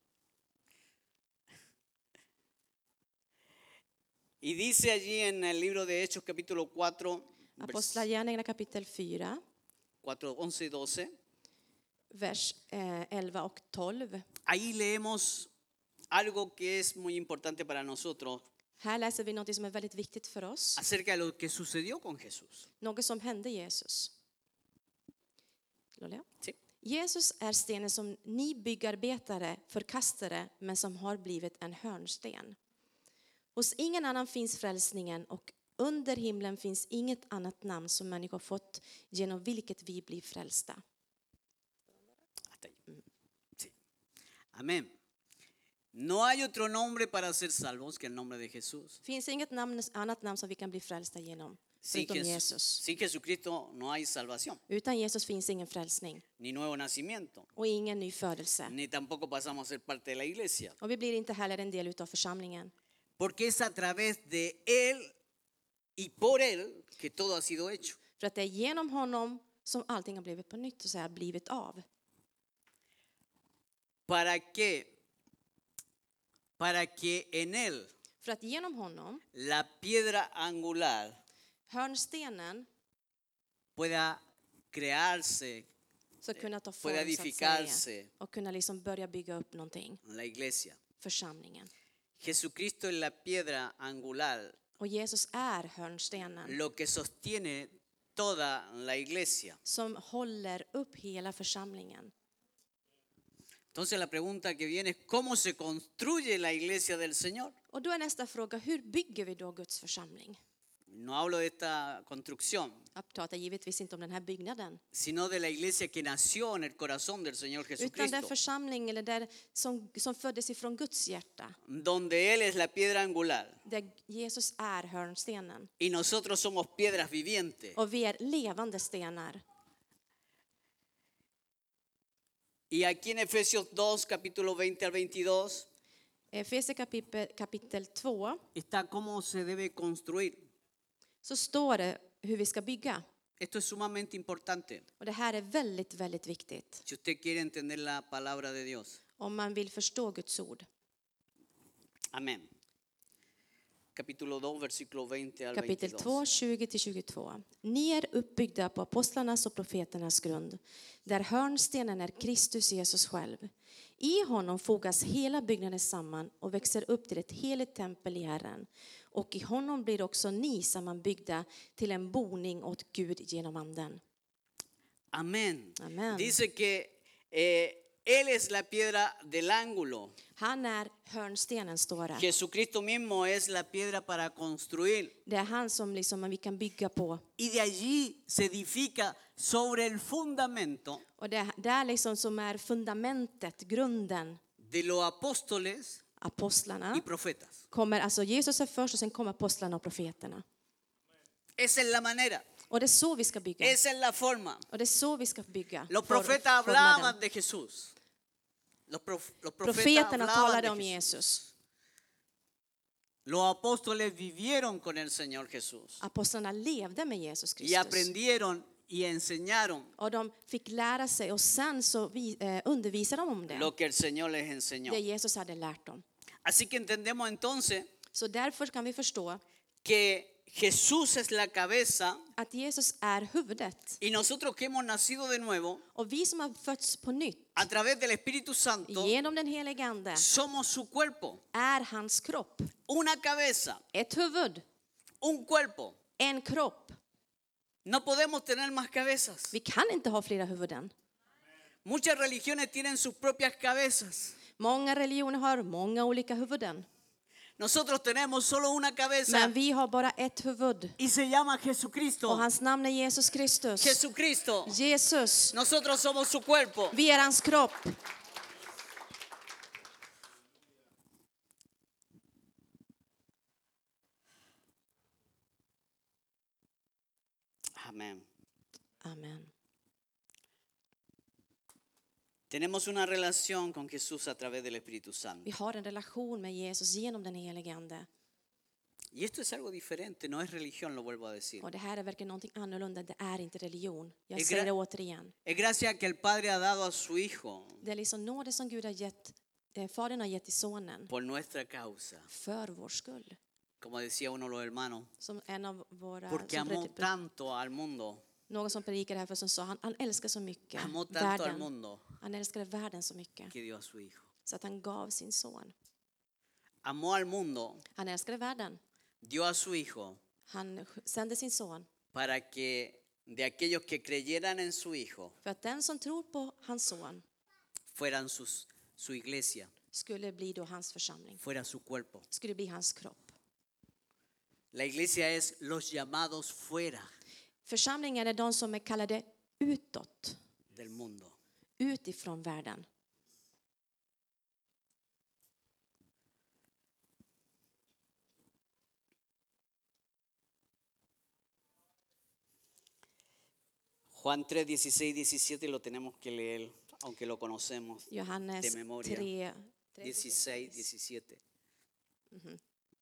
Y dice allí en el libro de Hechos capítulo 4, vers Apostlagärningarna kapitel 4, 4, 11 y 12. vers eh, 11 och 12. Ahí leemos algo que es muy importante para nosotros Här läser vi något som är väldigt viktigt för oss. acerca de lo que sucedió con Jesús. Något som hände Jesus. Lola? ¿sí? Jesus är stenen som ni byggarbetare förkastade men som har blivit en hörnsten. Hos ingen annan finns frälsningen och under himlen finns inget annat namn som människor fått genom vilket vi blir frälsta. Hasta ahí. Sí. Amén. No hay otro nombre para ser salvos que el nombre de Jesús. Finns inget namn, annat namn som vi kan bli frälsta genom Sin, förutom Jes- Jesus. sin Jesucristo no hay salvación, Utan Jesus finns ingen frälsning ni nuevo nacimiento, och ingen ny födelse. ni tampoco pasamos a ser parte de la iglesia. Och vi blir inte heller en del utav församlingen. Porque es a través de Él y por Él que todo ha sido hecho. För att det är genom honom som allting har blivit på nytt och så här blivit av. Para que, para que en Él För att genom honom, la piedra angular hörnstenen, pueda crearse så kunna Pueda ta form så att edificarse. säga, och kunna liksom börja bygga upp någonting, en la iglesia. församlingen. Jesucristo es la piedra angular, Och Jesus är hörnstenen lo que sostiene toda la iglesia. som håller upp hela församlingen. Entonces la pregunta que viene es, ¿cómo se construye la iglesia del Señor? Och då är nästa fråga, hur bygger vi då Guds församling? No hablo de esta construcción, Jag pratar givetvis inte om den här byggnaden, sino de la iglesia que nació en el corazón del Señor utan den Jesucristo, församling eller där som, som föddes ifrån Guds hjärta, donde Él es la piedra angular där Jesus är hörnstenen. y nosotros somos piedras vivientes. Och vi är levande stenar. Y aquí en Efesios 2, capítulo 20 al 22, Efesier kapitel, kapitel 2 está cómo se debe construir. så står det hur vi ska bygga. Esto es sumamente importante Och det här är väldigt, väldigt viktigt si usted quiere entender la palabra de Dios. om man vill förstå Guds ord. Amén. Capítulo 2, versículo 20 al Kapitel 2, 22. 20-22. Ni är uppbyggda på apostlarnas och profeternas grund, där hörnstenen är Kristus Jesus själv. I honom fogas hela byggnaden samman och växer upp till ett heligt tempel i Herren. Och i honom blir också ni sammanbyggda till en boning åt Gud genom Anden. Amén. Amén. Dice que eh, Él es la piedra del ángulo. Han är hörnstenen, står det. Jesucristo mismo es la piedra para construir. Det är han som liksom vi kan bygga på. Y de allí se edifica sobre el fundamento Och det är där liksom som är fundamentet, grunden, de los apóstoles y ¿Ah? apostlarna. profetas. Kommer, alltså Jesus är först och sen kommer apostlarna och profeterna. Esa es la manera, Och det är så vi ska bygga. esa es la forma. Och det är så vi ska bygga. Los form- profetas forma hablaban den. de Jesús. Los, prof- los profetas Profeterna hablaban talade de om Jesús. Jesus. Los apóstoles vivieron con el Señor Jesús Apostlarna levde med Jesus y Kristus. aprendieron y enseñaron Och de fick lära sig och sen så vi, eh, undervisade de om det. lo que el Señor les enseñó. Det Jesus hade lärt dem. Así que entendemos entonces Så därför kan vi förstå que Jesús es la cabeza att Jesus är huvudet. y nosotros que hemos nacido de nuevo Och vi som har fötts på nytt a través del Espíritu Santo genom den helige Ande somos su cuerpo, är hans kropp. una cabeza, Ett huvud, un cuerpo. en kropp. No podemos tener más cabezas. Vi kan inte ha flera huvuden. Muchas religiones tienen sus propias cabezas. Många religioner har många olika huvuden. Nosotros tenemos solo una cabeza Men vi har bara ett huvud. y se llama Och Jesucristo. hans namn är Jesus Kristus. Jesucristo. Jesus, Nosotros somos su cuerpo. vi är hans kropp. Amén. Amen. Tenemos una relación con Jesús a través del Espíritu Santo. Vi har en relation med Jesus genom den helige Ande. Y esto es algo diferente, no es religión, lo vuelvo a decir. Och det här är verkligen någonting annorlunda. Det är inte religion. Det Jag är säger det gra- återigen. Es gracia que el Padre ha dado a su Hijo Det är liksom nåde som Gud har gett, eh, Fadern har gett till Sonen por nuestra causa. för vår skull. Como decía uno de los hermanos, Som en av våra... porque som amó pred- tanto al mundo, Någon som predikade här för som sa han, han älskar så mycket amó tanto al världen. mundo Han älskade världen så mycket que dio a su Hijo. så att han gav sin son. Amó al mundo, Han älskade världen. dio a su Hijo Han sk- sände sin son para que de aquellos que creyeran en su Hijo för att den som tror på hans son fueran sus, su iglesia, skulle bli då hans församling, fuera su cuerpo. skulle bli hans kropp. La iglesia es los llamados fuera Församlingen är de som är kallade utåt, del mundo. utifrån världen. Juan 3, 16, 17 lo tenemos que leer, aunque lo conocemos. Johannes De memoria. 3, 16, 17.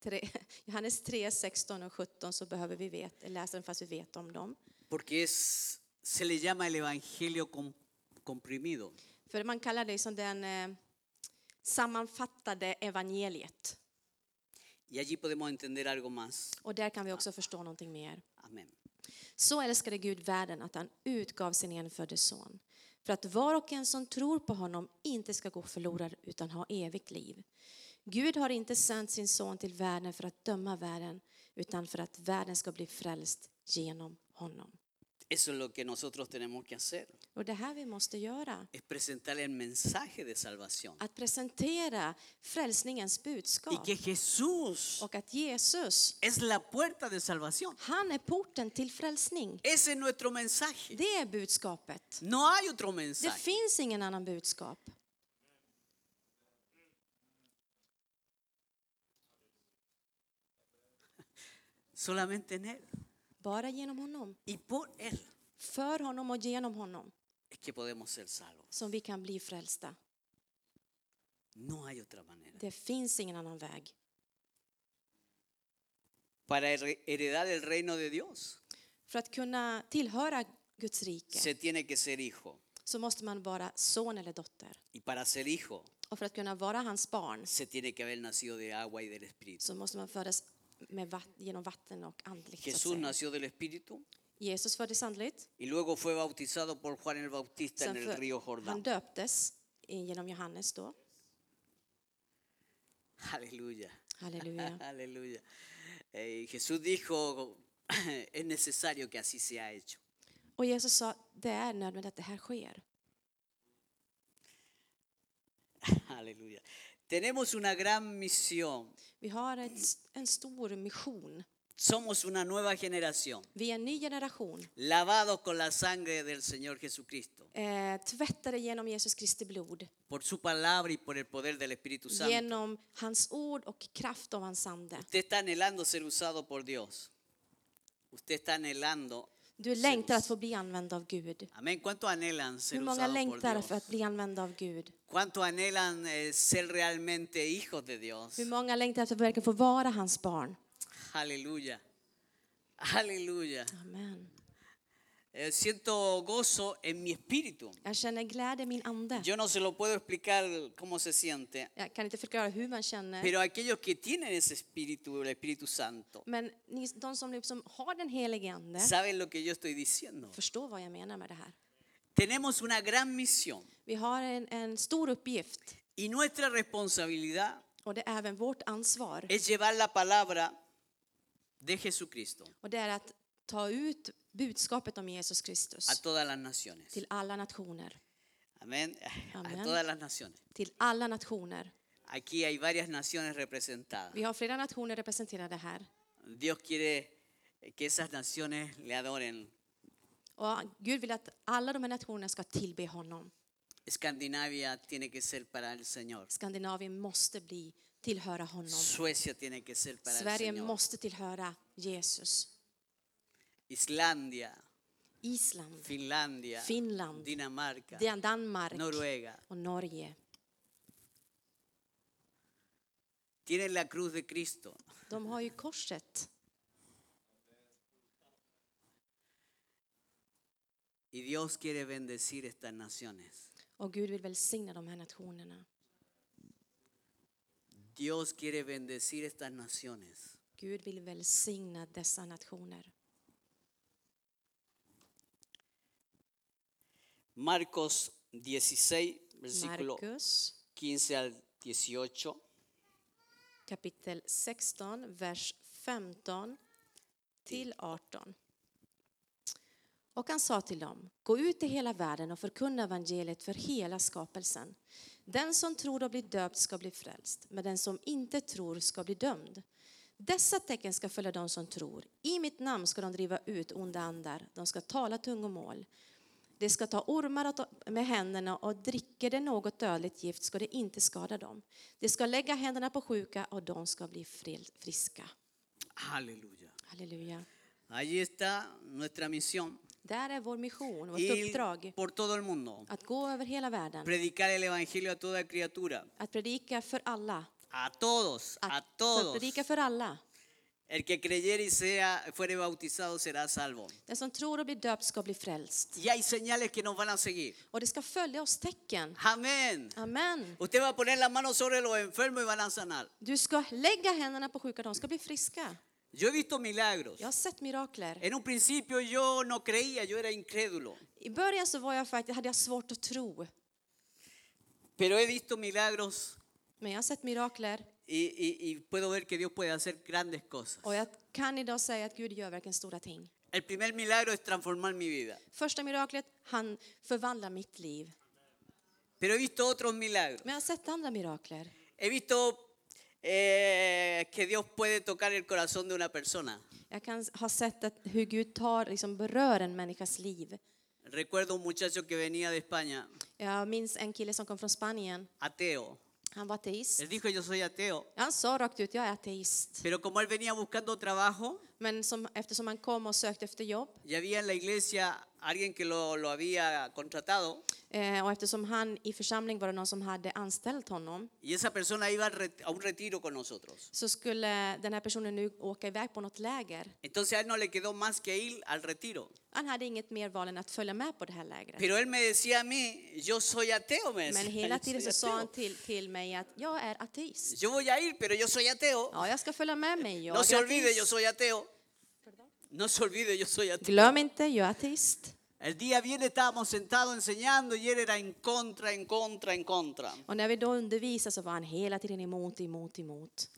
3, Johannes 3, 16 och 17 så behöver vi veta, läsa den fast vi vet om dem. Porque es, se le llama el Evangelio com- comprimido. För man kallar det som den eh, sammanfattade evangeliet. Y allí podemos entender algo más. Och där kan vi också förstå någonting mer. Amén. Så älskade Gud världen att han utgav sin enfödde son för att var och en som tror på honom inte ska gå förlorad utan ha evigt liv. Gud har inte sänt sin son till världen för att döma världen utan för att världen ska bli frälst genom honom. Eso es lo que nosotros tenemos que hacer, Och det här vi måste göra, es presentar el mensaje de salvación. att presentera frälsningens Y budskap que Jesús och att Jesus, es la puerta de salvación. han är porten till frälsning. Ese es nuestro mensaje. Det är budskapet. No hay otro Det mensaje. finns ingen annan budskap. Solamente en Él. Bara genom honom. Y por Él För honom och genom honom es que podemos ser salvos. som vi kan bli frälsta. No hay otra manera. Det finns ingen annan väg. Para her- heredar el reino de Dios För att kunna tillhöra Guds rike se tiene que ser hijo. så måste man vara son eller dotter. Y para ser hijo Och för att kunna vara hans barn se tiene que haber nacido de agua y del Espíritu. så måste man födas med vatt, genom vatten och andligt. Så Jesús att säga. nació del Espíritu Jesus föddes andligt. y luego fue bautizado por Juan el Bautista en Sen el río för, Jordán. han döptes i- genom Johannes då. Aleluya. Halleluja. Aleluya. Eh, Jesús dijo, es necesario que así sea hecho. Och Jesus sa, det är nödvändigt att det här sker. Aleluya. Tenemos una gran misión. Vi har ett, en stor mission. Somos una nueva generación, Vi är en ny generation. lavados con la sangre del Señor Jesucristo, Eh, tvättade genom Jesus Kristi blod. por su palabra y por el poder del Espíritu Santo. Genom hans ord och kraft av hans ande. Usted está anhelando ser usado por Dios. Usted está anhelando. Du längtar att få bli använd av Gud. Amén. ¿Cuánto anhelan Hur ser många usados por längtar för Dios? att bli använda av Gud? ¿Cuánto anhelan eh, ser realmente hijos de Dios? Hur många längtar efter att verkligen få vara hans barn? Aleluya. Aleluya. Amen. Eh, siento gozo en mi espíritu. Jag känner glädje i min ande. Yo no se lo puedo explicar cómo se siente, Jag kan inte förklara hur man känner. pero aquellos que tienen ese espíritu, el Espíritu Santo, Men ni, de som liksom har den helige ande saben lo que yo estoy diciendo. förstår vad jag menar med det här. Tenemos una gran misión Vi har en, en stor uppgift y nuestra responsabilidad och det är även vårt ansvar. es llevar la palabra de Jesucristo Och det är att ta ut budskapet om Jesus Kristus a todas las naciones. till alla nationer. Amén. Amén. A todas las naciones. Till alla nationer. Aquí hay varias naciones representadas. Vi har flera nationer representerade här. Dios quiere que esas naciones le adoren. Och Gud vill att alla de här nationerna ska tillbe honom. Escandinavia tiene que ser para el Señor. Skandinavien måste bli tillhöra honom. Suecia tiene que ser para Sverige el Señor. måste tillhöra Jesus. Islandia, Island, Finlandia, Finland, Dinamarca, Dan- Danmark Noruega. och Norge. Tienen la cruz de Cristo. De har ju korset. Y Dios quiere bendecir estas naciones. Och Gud vill välsigna de här nationerna. Dios quiere bendecir estas naciones. Gud vill välsigna dessa nationer. Marcos 16, versículo Markus 15 al 18. kapitel 16, vers 15 till 18. Och han sa till dem, gå ut i hela världen och förkunna evangeliet för hela skapelsen. Den som tror och blir döpt ska bli frälst, men den som inte tror ska bli dömd. Dessa tecken ska följa de som tror. I mitt namn ska de driva ut onda andar, de ska tala tungomål. De ska ta ormar åt- med händerna och dricker de något dödligt gift ska det inte skada dem. De ska lägga händerna på sjuka och de ska bli fril- friska. Aleluya. Halleluja. Allí está nuestra misión. Där är vår mission, vårt Ir uppdrag. por todo el mundo. Att gå över hela världen. Predicar el Evangelio a toda criatura. Att predika för alla. a todos, a Att- för att todos. predika för alla. El que creyere y sea, fuere bautizado será salvo. Den som tror och blir döpt ska bli frälst. Y hay señales que nos van a seguir. Och det ska följa oss tecken. Amén. Amen. Usted va a poner la mano sobre los enfermos y van a sanar. Du ska lägga händerna på sjuka, de ska bli friska. Yo he visto milagros. Jag har sett mirakler. En un principio yo no creía, yo era incrédulo. I början så var jag faktiskt, hade jag svårt att tro. Pero he visto milagros Men jag har sett mirakler y, y- y puedo ver que Dios puede hacer grandes cosas. och jag kan idag säga att Gud gör verkligen stora ting. El primer milagro es transformar mi vida. Första miraklet, han förvandlar mitt liv. Pero he visto otros milagros. Men jag har sett andra mirakler. He visto eh, que Dios puede tocar el corazón de una persona. Jag kan ha sett att hur Gud tar, liksom berör en människas liv. Recuerdo un muchacho que venía de España, Jag minns en kille som kom från Spanien. ateo. Han var ateist. Él dijo, yo soy ateo. Han sa rakt ut, jag är ateist. Pero como él venía buscando trabajo, Men som, eftersom han kom och sökte efter jobb y había en la iglesia alguien que lo, lo había contratado, eh, och eftersom han i församling var det någon som hade anställt honom y esa persona iba al ret- a un retiro con nosotros. så skulle den här personen nu åka iväg på något läger. Entonces a él no le quedó más que ir al retiro. Han hade inget mer val än att följa med på det här lägret. Pero él me decía a mí, yo soy ateo, me Men decía. hela "Yo tiden soy så sa han ateo. till, till mig att jag är ateist. Yo voy a ir, pero yo soy ateo. Ja, jag ska följa med mig. Jag No se är olvide, yo ateist. soy ateo. No se olvide, yo soy ateo. Glöm inte, jag är ateist. El día viernes estábamos sentados enseñando y él era en contra, en contra, en contra. Och när vi då undervisade så var han hela tiden emot, emot, emot.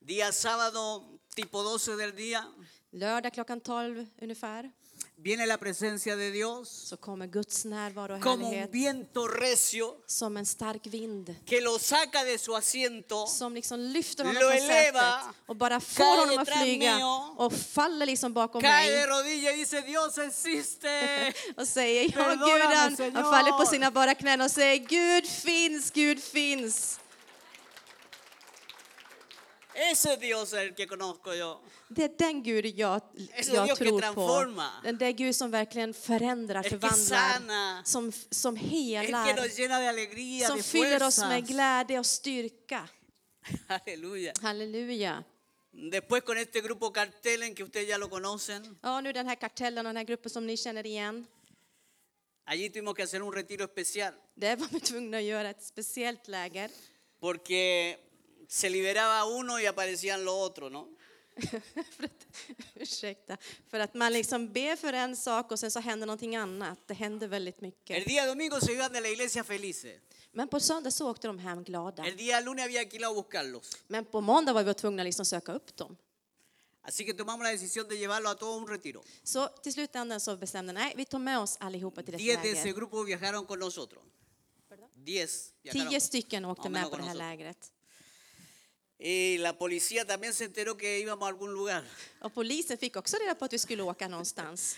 Día sábado, tipo 12 del día, Lördag klockan 12 ungefär viene la presencia de Dios så kommer Guds närvaro och como un härlighet viento recio som en stark vind que lo saca de su asiento som liksom lyfter honom Lo från eleva. sätet och Cae bara får honom att detrás flyga mío. och faller liksom bakom cae de mig rodillas y dice, Dios existe. och säger ja Perdóname, Gud han, han faller på Señor. sina bara knän och säger Gud finns, Gud finns. Ese Dios es el que conozco yo. Det är den Gud jag, Ese jag Dios que tror på. transforma. Den där Gud som verkligen förändrar, El que sana. förvandlar, som, som El que helar, nos llena de alegría, som de fyller oss fuerza. med glädje och styrka. Aleluya. Halleluja. Después con este grupo cartel en que ustedes ya lo conocen, Ja, nu den här kartellen och den här gruppen som ni känner igen. allí tuvimos que hacer un retiro especial Det var vi tvungna att göra ett speciellt läger. porque se liberaba uno y aparecían los otros, ¿no? för att, ursäkta. För att man liksom ber för en sak och sen så händer någonting annat. Det händer väldigt El mycket. día domingo se iban de la iglesia felices. Men på söndag så åkte de hem glada. El día lunes había que ir a buscarlos. Men på måndag var vi tvungna att liksom söka upp dem. Así que tomamos la decisión de llevarlo a todo un retiro. Så till slutändan så bestämde nej, vi tar med oss allihopa till Diez det de ese läger. grupo viajaron con nosotros. Diez viajaron. Tio stycken åkte Ja, men med någon på det här också. lägret. Y la policía también se enteró que íbamos a algún lugar. Och polisen fick också reda på att vi skulle åka någonstans.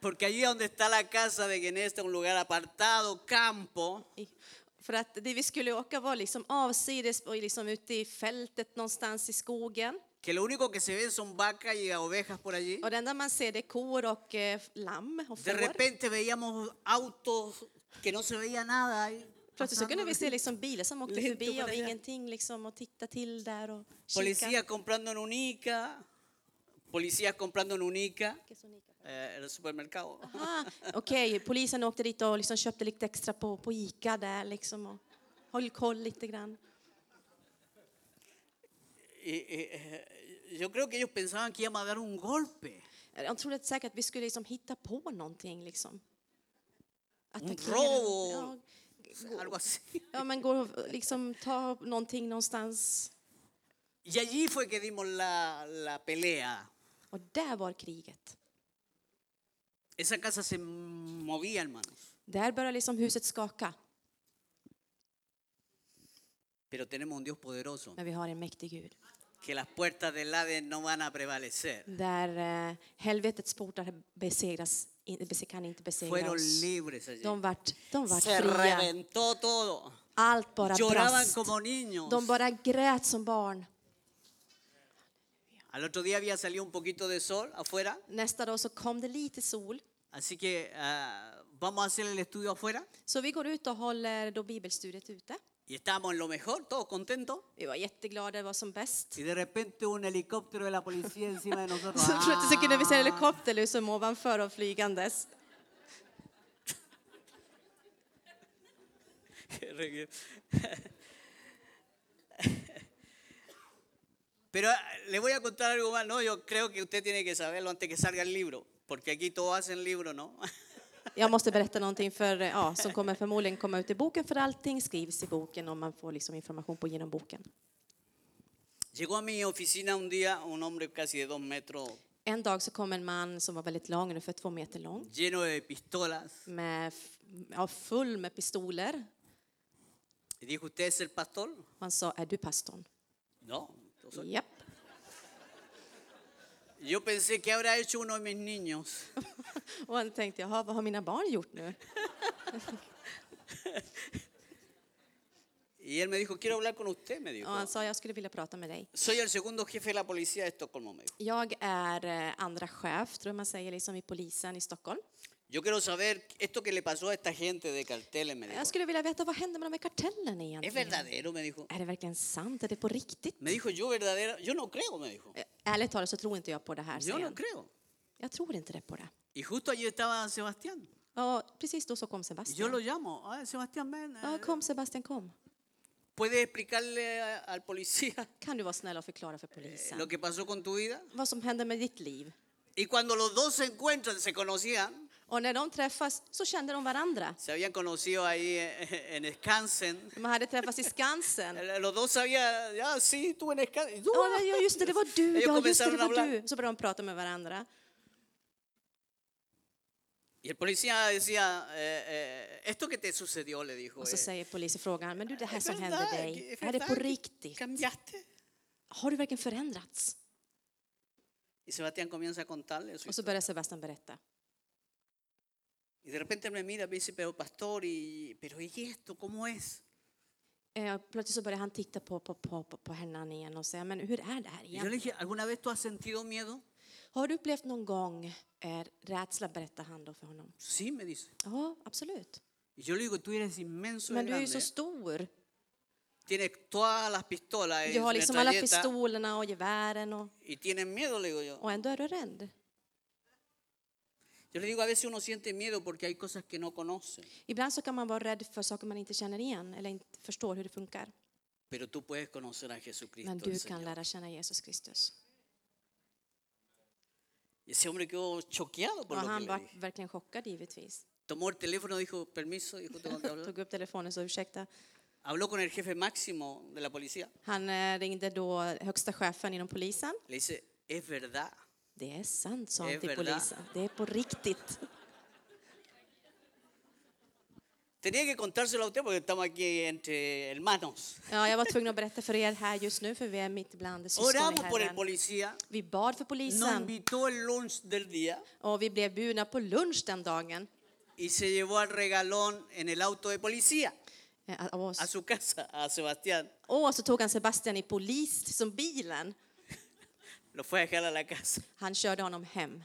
Porque allí donde está la casa de Genesta, un lugar apartado, campo, I- För att det vi skulle åka var liksom avsides och liksom ute i fältet någonstans i skogen. que lo único que se ven son vacas y ovejas por allí. Och det enda man ser det är kor och eh, lamm och De får. repente veíamos autos que no se veía nada. ahí, Plötsligt så kunde pasando. vi se liksom bilar som åkte Lite förbi på av det där. ingenting liksom och titta till där och kika. Policías comprando en Unica, policías comprando en Unica, eh, en el supermercado. Ah, Okej, polisen åkte dit och liksom köpte lite extra på, på Ica där liksom och höll koll lite grann. Y, y, eh, yo creo que ellos pensaban que íbamos a dar un golpe, De trodde säkert att vi skulle liksom hitta på någonting liksom. Attackera. robo. Ja, algo así. ja, men gå och liksom ta någonting någonstans. Y allí fue que dimos la, la pelea. Och där var kriget. Esa casa se movía, hermanos. Där började liksom huset skaka. Pero tenemos un Dios poderoso, Men vi har en mäktig Gud. que las puertas del Hades no van a prevalecer. Där eh, helvetets portar besegras, in, bese- kan inte besegra Fueron oss. libres allí. De vart, de vart Se fria. reventó todo. Allt bara Lloraban brast. como niños. De bara grät som barn. Al otro día había salido un poquito de sol afuera, Nästa dag så kom det lite sol. así que ah, vamos a hacer el estudio afuera Så vi går ut och håller då bibelstudiet ute. Y estábamos en lo mejor, todos contentos. Vi var jätteglada, det var som bäst. Y de repente un helicóptero de la policía encima de nosotros. Så plötsligt så kunde vi se en ¡Ah! helikopter som ovanför och flygandes. Ah, Pero ah, le voy a contar algo más, ¿no? Yo creo que usted tiene que saberlo antes que salga el libro, porque aquí todos hacen libro, ¿no? Jag måste berätta någonting för, eh, ja, som kommer förmodligen komma ut i boken, för allting skrivs i boken om man får liksom information på genom boken. Llegó a mi oficina un día un hombre casi de dos metros, En dag så kom en man som var väldigt lång, ungefär två meter lång, lleno de pistolas, med, f- ja, full med pistoler. y dijo, ¿usted es el pastor? Han sa, är du pastorn? No. yo soy". Japp. Yo pensé, ¿qué habrá hecho uno de mis niños? Och han tänkte, jaha, vad har mina barn gjort nu? Y él me dijo, quiero hablar con usted, me dijo. Och han sa, jag skulle vilja prata med dig. Soy el segundo jefe de la policía de Estocolmo, me dijo. Jag är eh, andra chef, tror jag man säger, liksom i polisen i Stockholm. Yo quiero saber esto que le pasó a esta gente de carteles, me dijo. Jag skulle vilja veta, vad hände med de här kartellerna ¿Es egentligen? verdadero? Me dijo. Är det verkligen sant? Är det på riktigt? Me dijo, yo verdadero, yo no creo, me dijo. Eh, Ärligt talat så tror inte jag på det här, Yo säger no han. creo. Jag tror inte det på det. Y justo allí estaba Sebastián. Ja, precis då så kom Y yo lo Sebastian. llamo. "Ah, Sebastián, ven. eh, Ja, kom Sebastian, kom. ¿Puedes explicarle a- al policía Kan du vara snäll och förklara för Eh, lo polisen que pasó con tu vida? vad som hände med ditt liv? Y cuando los dos se encuentran, se conocían, Och när de träffas så kände de varandra. se habían conocido ahí eh, en Skansen. De hade träffats i Skansen. Eh, Los dos sabían, ah, sí, tú en Skansen. y tú, Ja, ah". ja, just det, det var du. Ellos Ja, just det, comenzaron det a var hablar. du. Så började de prata med varandra. Y el policía decía, eh, eh, esto que te sucedió, le dijo. Och så eh, säger polisfrågan, men du det här "¿Es som hände verdad dig, que- es är det verdad på que riktigt? ¿Cambiaste? Har du verkligen förändrats? Y Sebastián comienza a contarle su Och så historia. börjar Sebastian berätta. Y de repente me mira y me dice, pero pastor, y, pero ¿y esto cómo es? Eh, Plötsligt så börjar han titta på, på, på, på, på henne igen och säga, men hur är det här Y yo igen? le dije, ¿alguna vez tú has sentido miedo? Har du upplevt någon gång eh, rädsla, berättar han då för honom. Sí, me dice. Ja, absolut. Y yo le digo, tú eres inmenso de Men du är ju så grande. ¿eh? stor. Tienes todas las pistolas Du har en liksom alla metralleta, pistolerna och gevären och, y tienes miedo, le digo yo. och ändå är du rädd. Yo le digo, a veces uno siente miedo porque hay cosas que no conoce, Ibland så kan man vara rädd för saker man inte känner igen eller inte förstår hur det funkar. pero tú puedes conocer a Jesucristo. Men el du Señor. kan lära känna Jesus Kristus. Y ese hombre quedó choqueado Och por lo que han le var dije. verkligen chockad givetvis. Tomó el teléfono, dijo, permiso, dijo, tengo que hablar. Tog upp telefonen så ursäkta. Habló con el jefe máximo de la policía. Han eh, ringde då högsta chefen inom polisen. Le dice, es verdad. Det är sant, sa Det är han till verdad. polisen. Det är på riktigt. Tenía que contárselo a usted porque estamos aquí entre hermanos. Ja, jag var tvungen att berätta för er här just nu, för vi är mitt bland syskon i Oramos por el Herren. policía. Vi bad för Nos polisen invitó el lunch del día och vi blev bjudna på lunch den dagen y se llevó al regalón en el auto de policía eh, av a oss. su casa, a Sebastián. Och så tog han Sebastian i polis som bilen. Lo fue a dejar a la casa. Han körde honom hem.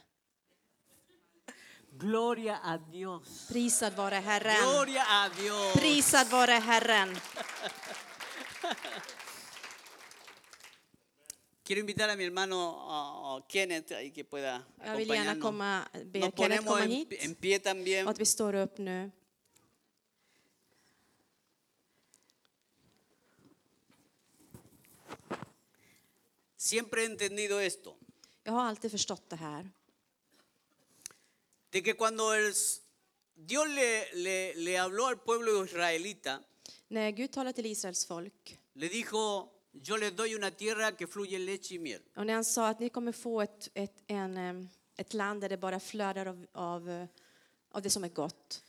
Gloria a Dios. Prisad vare Herren. Gloria a Dios. Prisad vare Herren. Quiero invitar a mi hermano a- a Kenneth ahí que pueda Jag vill gärna acompañarnos. komma, be Nos Kenneth komma ponemos en, hit en pie también. och att vi står upp nu. Siempre he entendido esto, Jag har alltid förstått det här. de que cuando el s- Dios le, le- le habló al pueblo israelita, När Gud talar till Israels folk le dijo, yo les doy una tierra que fluye leche y miel. och när han sa att ni kommer få ett, ett, en, em, ett land där det bara flödar av, av, eh, av det som är gott.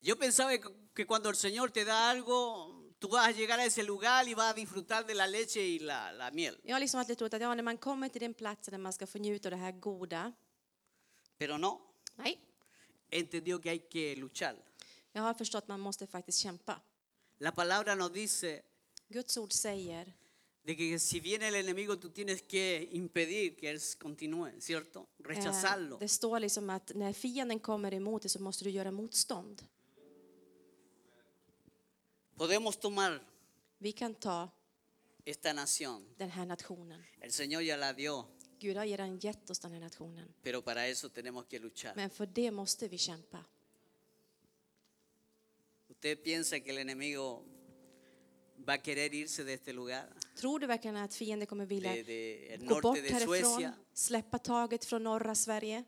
Yo pensaba que- que cuando el Señor te da algo, tú vas a llegar a ese lugar y vas a disfrutar de la leche y la, la miel. Jag har liksom alltid trott att ja, när man kommer till den platsen där man ska få njuta av det här goda. Pero no, Nej. he entendido que hay que luchar. Jag har förstått att man måste faktiskt kämpa. La palabra nos dice Guds ord säger de que si viene el enemigo tú tienes que impedir que él continúe, ¿cierto? eh, Rechazarlo. Det står liksom att när fienden kommer emot dig så måste du göra motstånd. Podemos tomar Vi kan ta esta nación. den här nationen. El Señor ya la dio, Gud har redan gett oss den här nationen. pero para eso tenemos que luchar. Men för det måste vi kämpa. ¿Usted piensa que el enemigo va a querer irse de este lugar? Tror du verkligen att fienden kommer vilja De, de- el gå bort eh, norte de härifrån, Suecia, släppa taget från norra Sverige,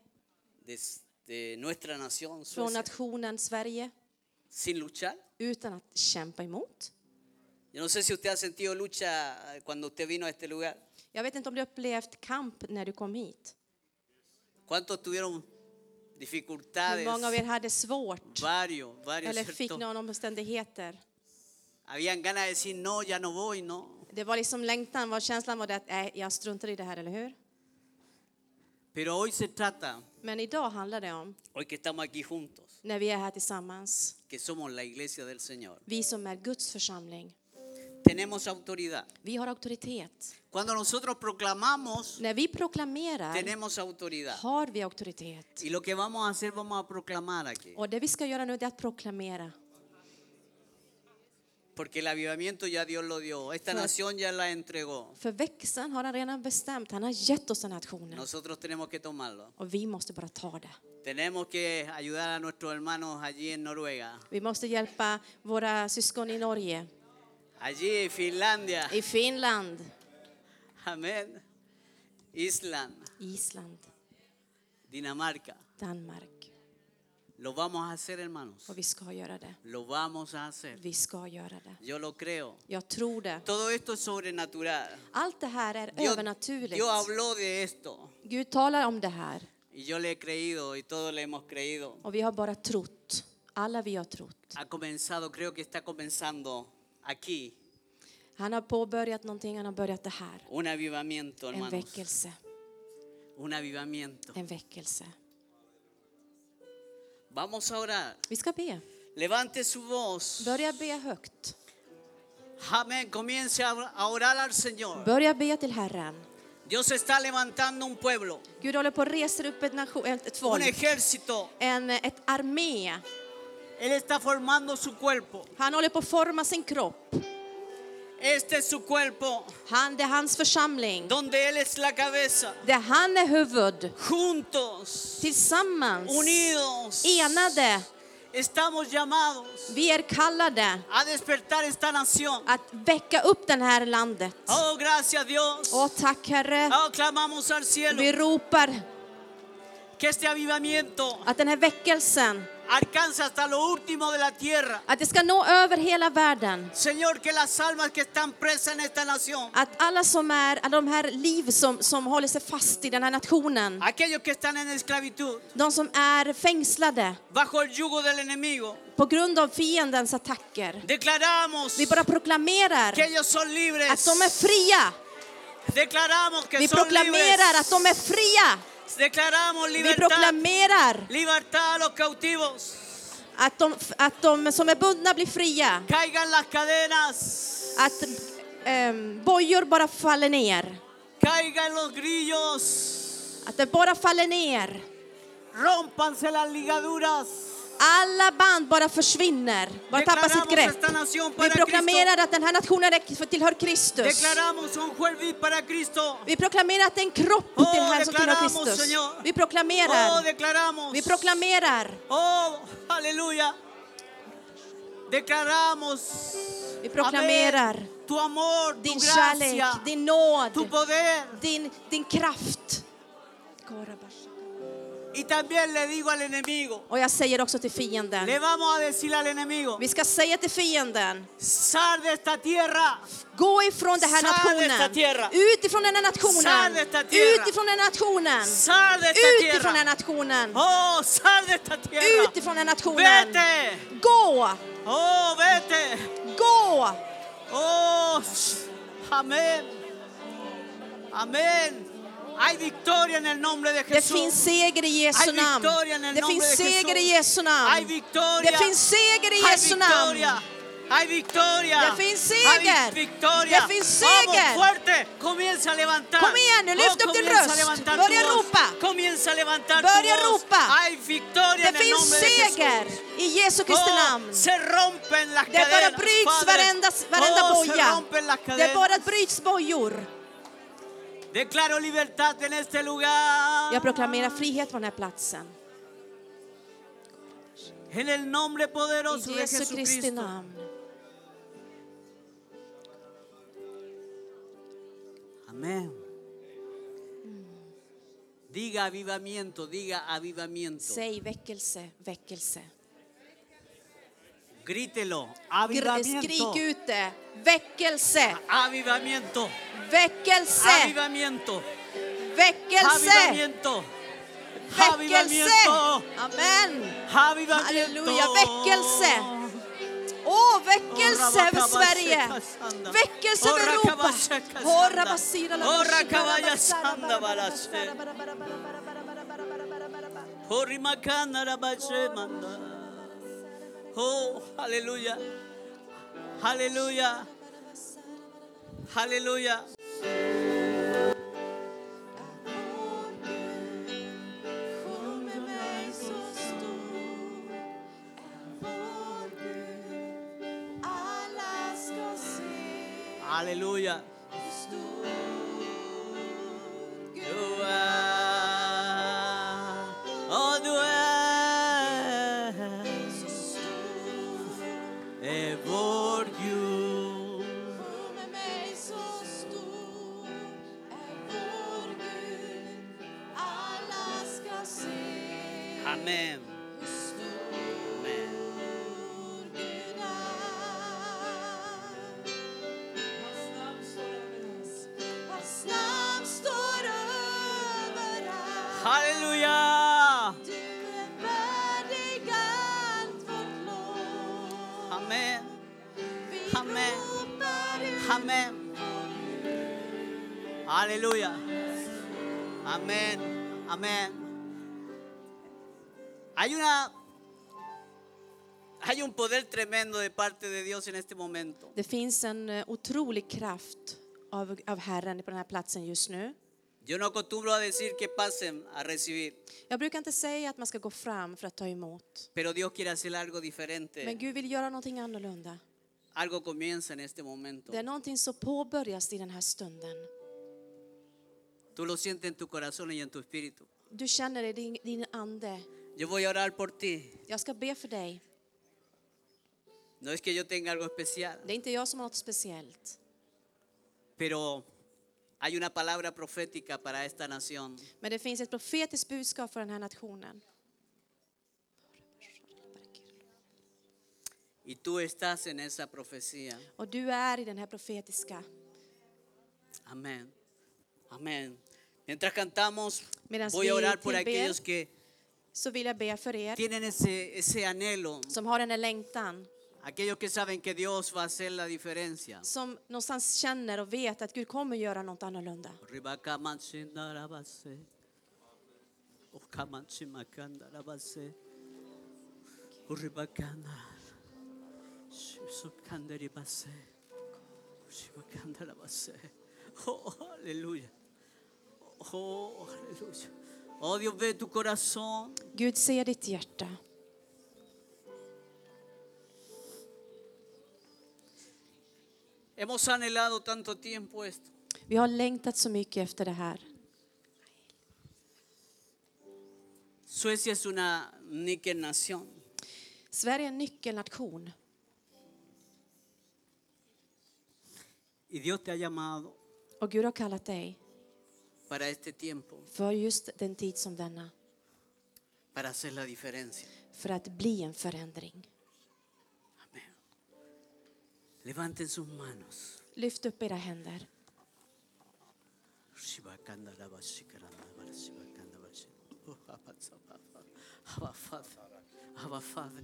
de, de nuestra nación, från Suecia, nationen Sverige, sin luchar. utan att kämpa emot? Yo no sé si usted ha sentido lucha eh, cuando usted vino a este lugar. Jag vet inte om du upplevt kamp när du kom hit. ¿Cuántos tuvieron Hur dificultades? många av er hade svårt Varios, varios. eller ¿cierto? fick någon omständigheter? Habían ganas de decir, no, ya no voy, no. Det var liksom längtan, var känslan var det att nej, jag struntar i det här, eller hur? Pero hoy se trata, Men idag handlar det om, hoy que estamos aquí juntos, när vi är här tillsammans, que somos la iglesia del Señor. vi som är Guds församling, Tenemos autoridad. vi har auktoritet. Cuando nosotros proclamamos, När vi proklamerar tenemos autoridad. har vi auktoritet. Y lo que vamos a hacer, vamos a proclamar aquí. Och det vi ska göra nu det är att proklamera. Porque el avivamiento ya Dios lo dio. Esta Claro. nación ya la entregó. För växeln har han redan bestämt, han har gett oss den nationen. Nosotros tenemos que tomarlo. Och vi måste bara ta det. Tenemos que ayudar a nuestros hermanos allí en Noruega, Vi måste hjälpa våra syskon i Norge, allí en Finlandia, i Finland, amén, Island, Island, Dinamarca. Danmark. Lo vamos a hacer, hermanos. Och vi ska göra det. Lo vamos a hacer. Vi ska göra det. Yo lo creo. Jag tror det. Todo esto es sobrenatural. Allt det här är Dios, övernaturligt. Dios habló de esto Gud talar om det här y yo le he creído y todos le hemos creído. och vi har bara trott. Alla vi har trott. Ha comenzado, creo que está comenzando aquí Han har påbörjat någonting, han har börjat det här. un avivamiento, En hermanos. väckelse, Un avivamiento. en väckelse. Vamos a orar. Vi ska be. Levante su voz. Börja be högt. Amén. Comience a a orar al Señor. Börja be till Herren. Dios está levantando un pueblo, Gud håller på att resa upp ett, nation, ett, ett un folk, ejército. en ett armé. Él está formando su cuerpo. Han håller på att forma sin kropp. Este es su cuerpo, Han, det är hans församling. donde Él es la cabeza. Det är han är huvud. Juntos, Tillsammans, unidos, enade. estamos llamados Vi är kallade a despertar esta nación. att väcka upp det här landet. Oh, gracias Dios. Åh tack Herre. Oh, clamamos al cielo Vi ropar que este avivamiento att den här väckelsen, alcanza hasta lo último de la tierra. att det ska nå över hela världen. Señor, que las almas que están presas en esta nación, Att alla som är, alla de här liv som, som håller sig fast i den här nationen, aquellos que están en esclavitud, de som är fängslade bajo el yugo del enemigo, på grund av fiendens attacker. declaramos Vi bara proklamerar que ellos son att libres. de är fria. Declaramos que Vi son proklamerar att de är libres. fria. Declaramos Vi libertad. proklamerar Libertad a los cautivos. att de, att de som är bundna blir fria. Caigan las cadenas. Att ehm, bojor bara faller ner. Caigan los grillos. Att det bara faller ner. Rómpanse las ligaduras. Alla band bara försvinner, bara tappar Declaramos sitt grepp. esta nación Vi para Cristo. proklamerar att den här nationen är- tillhör Kristus. Declaramos un jueves para Cristo. Vi proklamerar att det är en kropp Oh, till här som tillhör declaramos, Kristus. Señor. Vi Oh, proklamerar, declaramos. vi proklamerar, Oh, aleluya. Declaramos. vi proklamerar amén, Tu amor, tu din kärlek, gracia, din tu nåd, poder. din, din kraft. Y también le digo al enemigo. Och jag säger också till fienden, Le vamos a decir al enemigo. vi ska säga till fienden, Sal de esta tierra. gå ifrån den här Sal de esta tierra. nationen, ut ifrån den här Sal nationen, de esta tierra. ut ifrån den här nationen, Sal de esta ut ifrån den här tierra. nationen, Oh, sal de esta tierra. ut ifrån den här nationen. Vete. Gå, Oh, vete. gå! Oh, sh- amén. Amén. Hay victoria en el nombre de Det Jesús. finns seger i Jesu Hay namn. victoria en el Det nombre finns de Jesús. seger i Jesu Hay namn. victoria. Det finns seger i Hay Jesu namn. victoria. Hay victoria. Det finns seger. Hay victoria. Det finns Vamos, seger. fuerte. Comienza a levantar. Kom igen nu, lyft Oh, upp din comienza röst. a levantar tu Börja voz. ropa. Comienza a levantar tu Börja voz. ropa. Hay victoria Det en el finns nombre de seger Jesús. i Jesu Kristi Oh, namn. Se rompen las Det bara cadenas, bryts Padre. varenda, varenda Oh, se boja. rompen las Det cadenas. bara bryts bojor. Declaro libertad en este lugar. Jag proklamerar frihet på den här platsen. En el nombre poderoso I de Jesu Kristi Jesucristo. namn. Amén. Diga avivamiento, diga avivamiento. Säg väckelse, väckelse. Grítelo. Gr- Avivamiento. Skrik ut det. Väckelse, Avivamiento. väckelse, Avivamiento. väckelse, Avivamiento. väckelse. Avivamiento. Amen. Avivamiento. Halleluja, väckelse. Åh, väckelse över Sverige. Väckelse över Europa. Horra basira la Horra basira, kabaya basara, sanda bara, bara, balashe. bara, bara, bara, bara, bara, bara, bara, bara, bara, bara, bara, bara. Horrimakana rabashe manda. Oh, aleluya. Aleluya. Aleluya. Aleluya. Du är, och du är, är vår Gud. Amen. Amen. Hans namn står överallt. Halleluja. Du är värdig allt vårt lov. Amen. Vi Amen. ropar ut Amen. Aleluya. Amén. Amén. Hay una hay un poder tremendo de parte de Dios en este momento. Det finns en eh, otrolig kraft av, av Herren på den här platsen just nu. Yo no acostumbro a decir que pasen a recibir, Jag brukar inte säga att man ska gå fram för att ta emot. pero Dios quiere hacer algo Men diferente. Gud vill göra någonting annorlunda. Algo comienza en este momento. Det är någonting som påbörjas i den här stunden. Tú lo sientes en tu corazón y en tu espíritu. Du känner det i din, din ande. Yo voy a orar por ti. Jag ska be för dig. No es que yo tenga algo especial, Det är inte jag som har något speciellt. pero hay una palabra profética para esta nación. Men det finns ett profetiskt budskap för den här nationen. Y tú estás en esa profecía. Och du är i den här profetiska. Amén. Amén. Mientras cantamos, Mientras voy a orar vi por tilber. aquellos que Så vill jag be för er tienen ese, ese anhelo, som har den här längtan. aquellos que saben que Dios va a hacer la diferencia. Som någonstans känner och vet att Gud kommer göra något annorlunda. Ribakamansindarabase. Okamachimakandarabase. Uribakana. Shusubkandaribase. Ushibakandarabase. Oh, aleluya. Oh, aleluya. Oh, Dios ve tu corazón. Gud ser ditt hjärta. Hemos anhelado tanto tiempo esto. Vi har längtat så mycket efter det här. Suecia es una níquel nación. Sverige är en nyckelnation. Y Dios te ha llamado Och Gud har kallat dig para este tiempo, för just den tid som denna. para hacer la diferencia. För att bli en förändring. Amén. Levanten sus manos. Lyft upp era händer. Oh, Abba, Abba, Abba, Father. Abba, Father.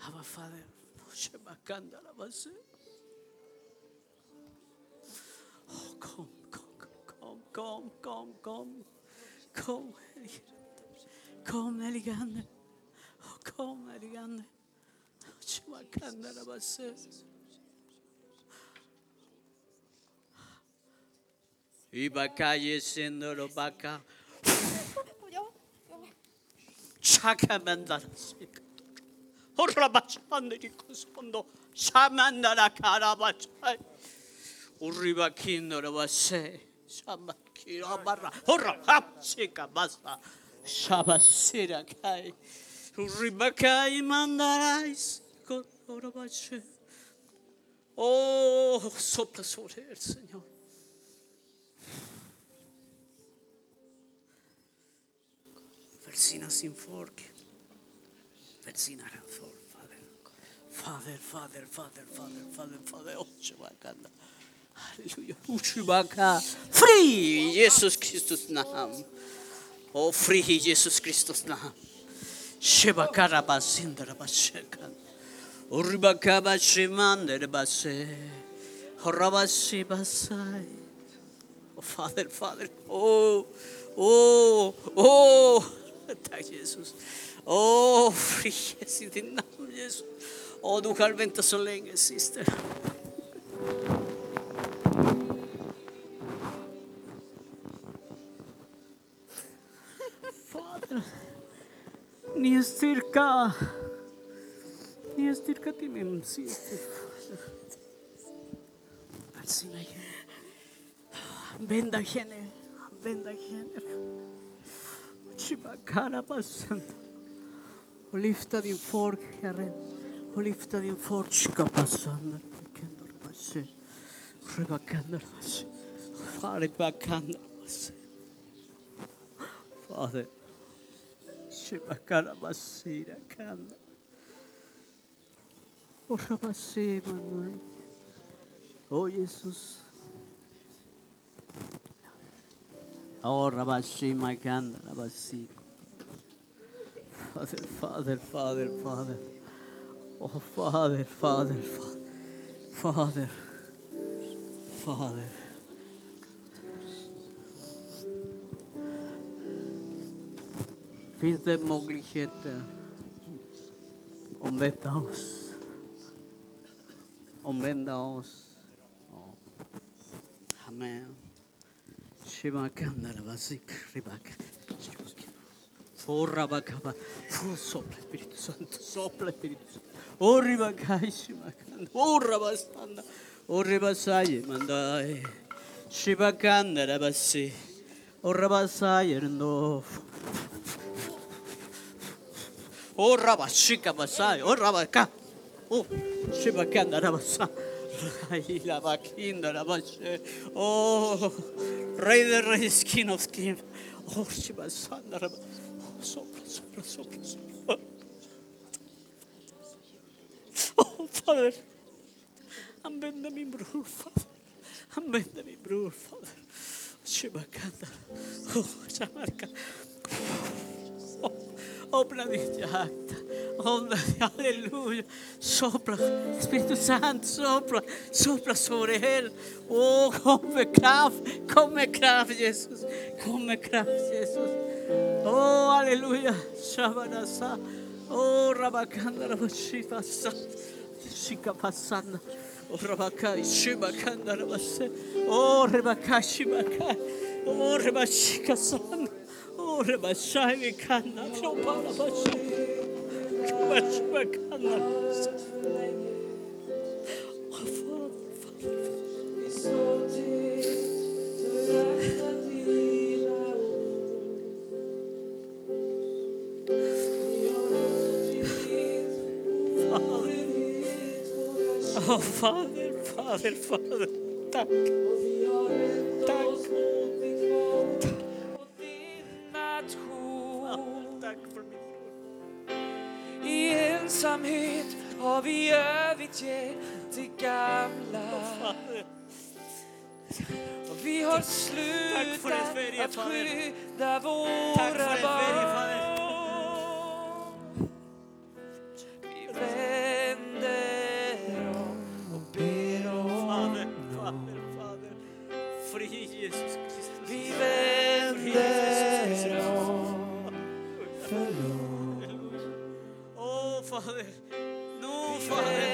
Abba, Father. Oh, kom, kom, kom, kom, kom, kom. Kom, helige Ande. Kom, helige Ande. Oh, kom, helige Ande. Y vaca y siendo lo vaca. Chacamandaracica. Orrabachandricosondo. Shamandaracarabacha. Urribaquindorabase. Shamaquirabarra. Orrabachica basta. Shabasira kai. Urribakai mandarais. Corabache. Oh, sopla sobre el Señor. Välsigna sin folk. Välsigna den folk, Fader. Fader, Fader, Fader, Fader, Fader, Fader. Oshubakanda. Halleluja. Oshubaka. Fri i Oh, Jesus Kristus namn. Och fri i Jesus Kristus namn. Shebakarabasindarabasekan. Oh, Urubakabashimandarabase. Oh, Horabashibasai. Oh, Fader, Fader. Oh, oh, oh. Tack Jesus. Åh, oh, friges i din namn Jesus. Oh, Åh, du har väntat så länge syster. Fader, ni är styrka. Ni är styrka till min syster. Välsigna henne. Använda henne. Använda henne. Chibakarabassan. Och lyfta din folk, Herre. Och lyfta din folk, Chikapassan. Kendorbasse. Rebakandorbasse. Farebakandorbasse. Fader. Chibakarabasira kanda. Och rabasse, Manuel. Åh, Jesus. Oh, Rabashi, my God, Rabashi. Father, Father, Father, Father. Oh, Father, Father, Fa- Father, Father. Finns det möjligheter omvända oss? Omvända oss. Oh. Ja. Amen. Shimakandara vasik ribak. Forra bakaba. Fu sopra Espíritu Santo, sopra Espíritu Santo. Oh ribakai shimakanda. Oh rabasanda. Oh ribasai mandai. Shibakandara vasi. Oh rabasai erndo. Oh rabashika vasai. Oh rabaka. Oh shibakandara vasai. Ay, la vaquinda, la vache. Oh, rey de reyes, king of king. Oh, shibasanda, raba- oh, sopla, sopla, sopla, sopla. Oh, Father, använda min bror, Father. Använda min bror, Father. Shibakanda. Oh, Shamarka. Öppna ditt hjärta. Öppna, halleluja. Sopla, Espíritu Santo, sopla, sopla sobre él. Oh, kom med kraft, kom med kraft Jesus. Kom med kraft Jesus. Oh, halleluja. Shabarasa. Oh, rabakanda, rabashiva, shika pasanda. Oh, rabakai, shibakanda, rabase. Oh, rebakai, shibakai. Oh, rebashika sanda. Oh, rebashai, vikanda, trobala, bashai. Rebashibakanda, rabase. Oh, Father, Father, Oh, Fader, Fader, Fader. Tack. Tack. Fader, Tack för min bror. I ensamhet har vi övergett det gamla Fader, och vi har Tack för en slutat ferie, att Fader. skydda Tack för en våra ferie, Fader. barn. Vi vänder om och ber om Fader, Fader, Fader. Fri Jesus Kristus. Fri Vi Jesus vänder Kristus. om Oh, Åh, Fader. Nu, Fader.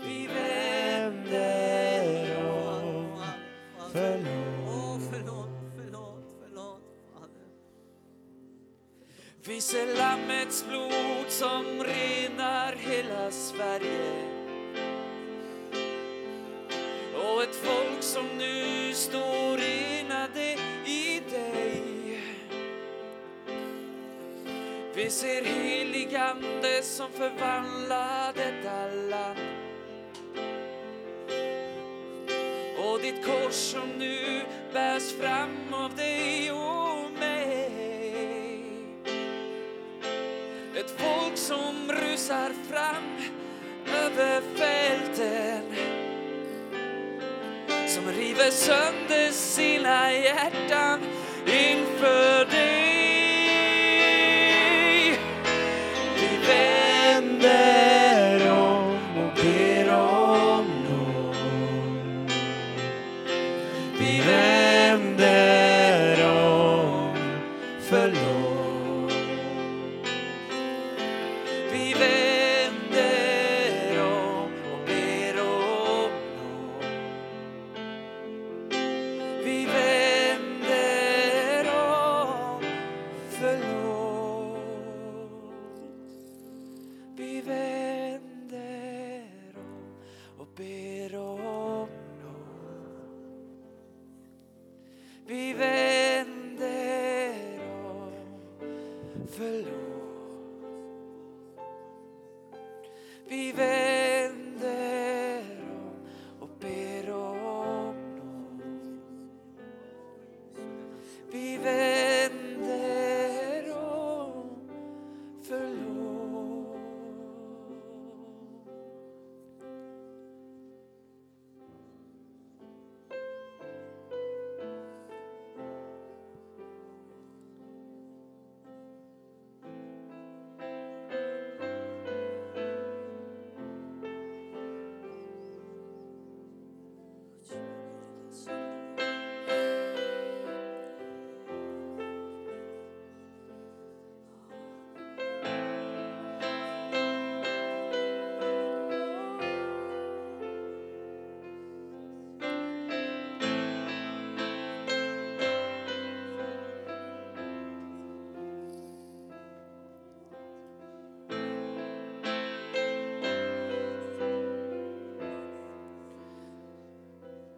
Oh, fryser Lammets blod som renar hela Sverige och ett folk som nu står enade i dig Vi ser heligande som förvandlar detta land och ditt kors som nu bärs fram av dig och mig. Ett folk som rusar fram över fälten som river sönder sina hjärtan inför dig. Vi vänder om och ber om nåd. Vi vänder om för lån. Vi vänder om och ber om nåd. Vi vänder om för lån. Vi vänder om och ber om nåd. Vi vänder om förlåt. Vi vänder om och ber om nåd. Vi vänder om förlåt.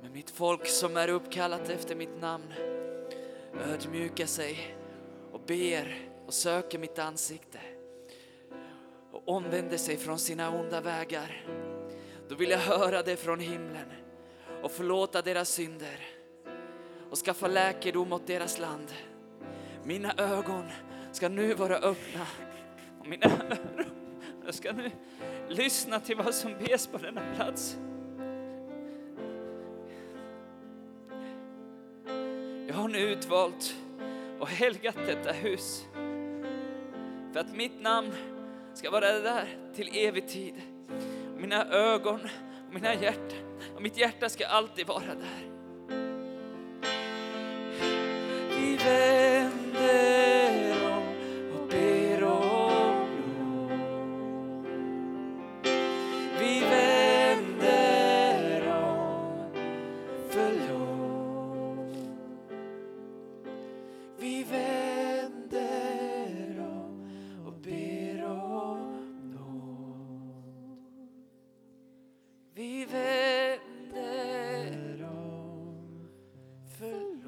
Men mitt folk som är uppkallat efter mitt namn ödmjukar sig och ber och söker mitt ansikte och omvänder sig från sina onda vägar. Då vill jag höra det från himlen och förlåta deras synder och skaffa läkedom åt deras land. Mina ögon ska nu vara öppna och mina öron jag ska nu lyssna till vad som bes på denna plats. Jag har nu utvalt och helgat detta hus för att mitt namn ska vara där till evig tid. Mina ögon och mina hjärtan och mitt hjärta ska alltid vara där. Vi vänder om och ber om nåd. Vi vänder om förlåt. Vi vänder om och ber om nåd. Vi vänder om förlåt.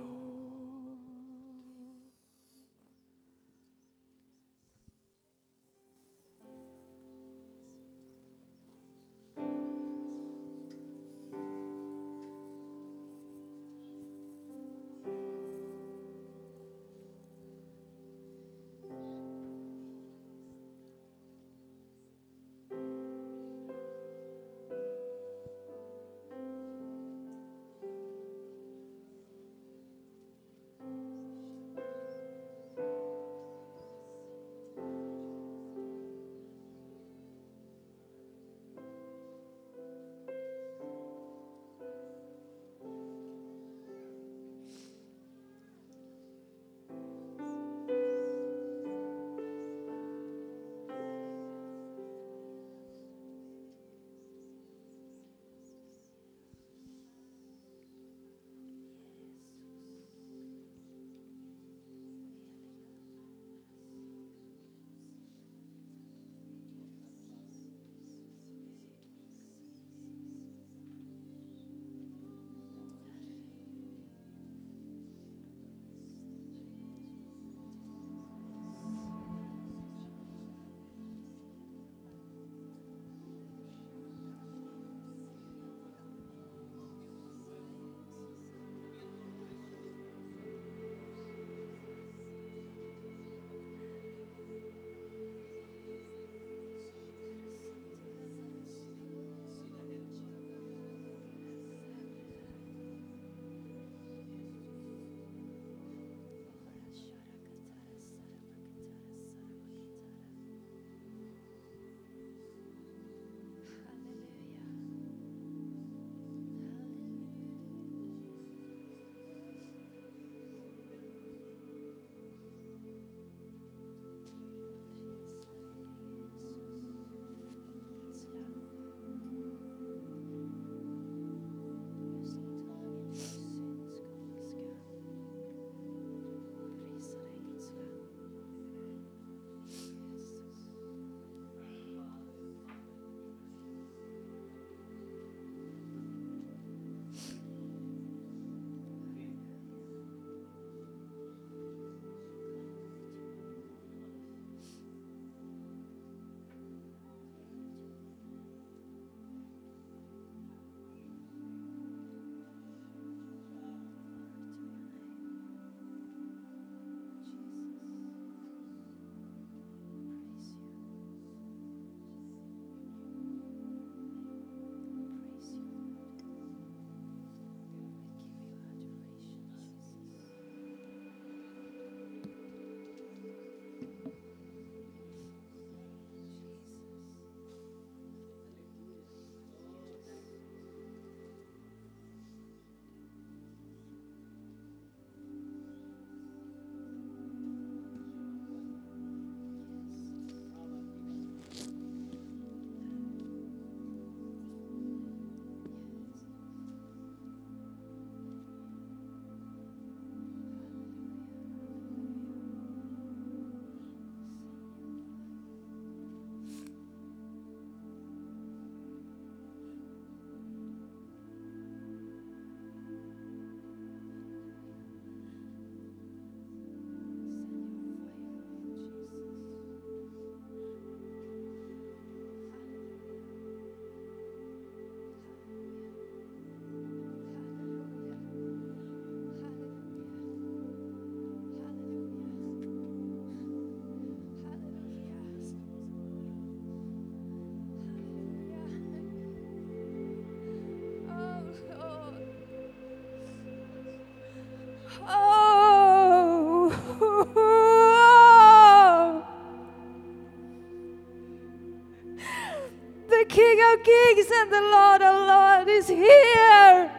and the Lord our Lord is here.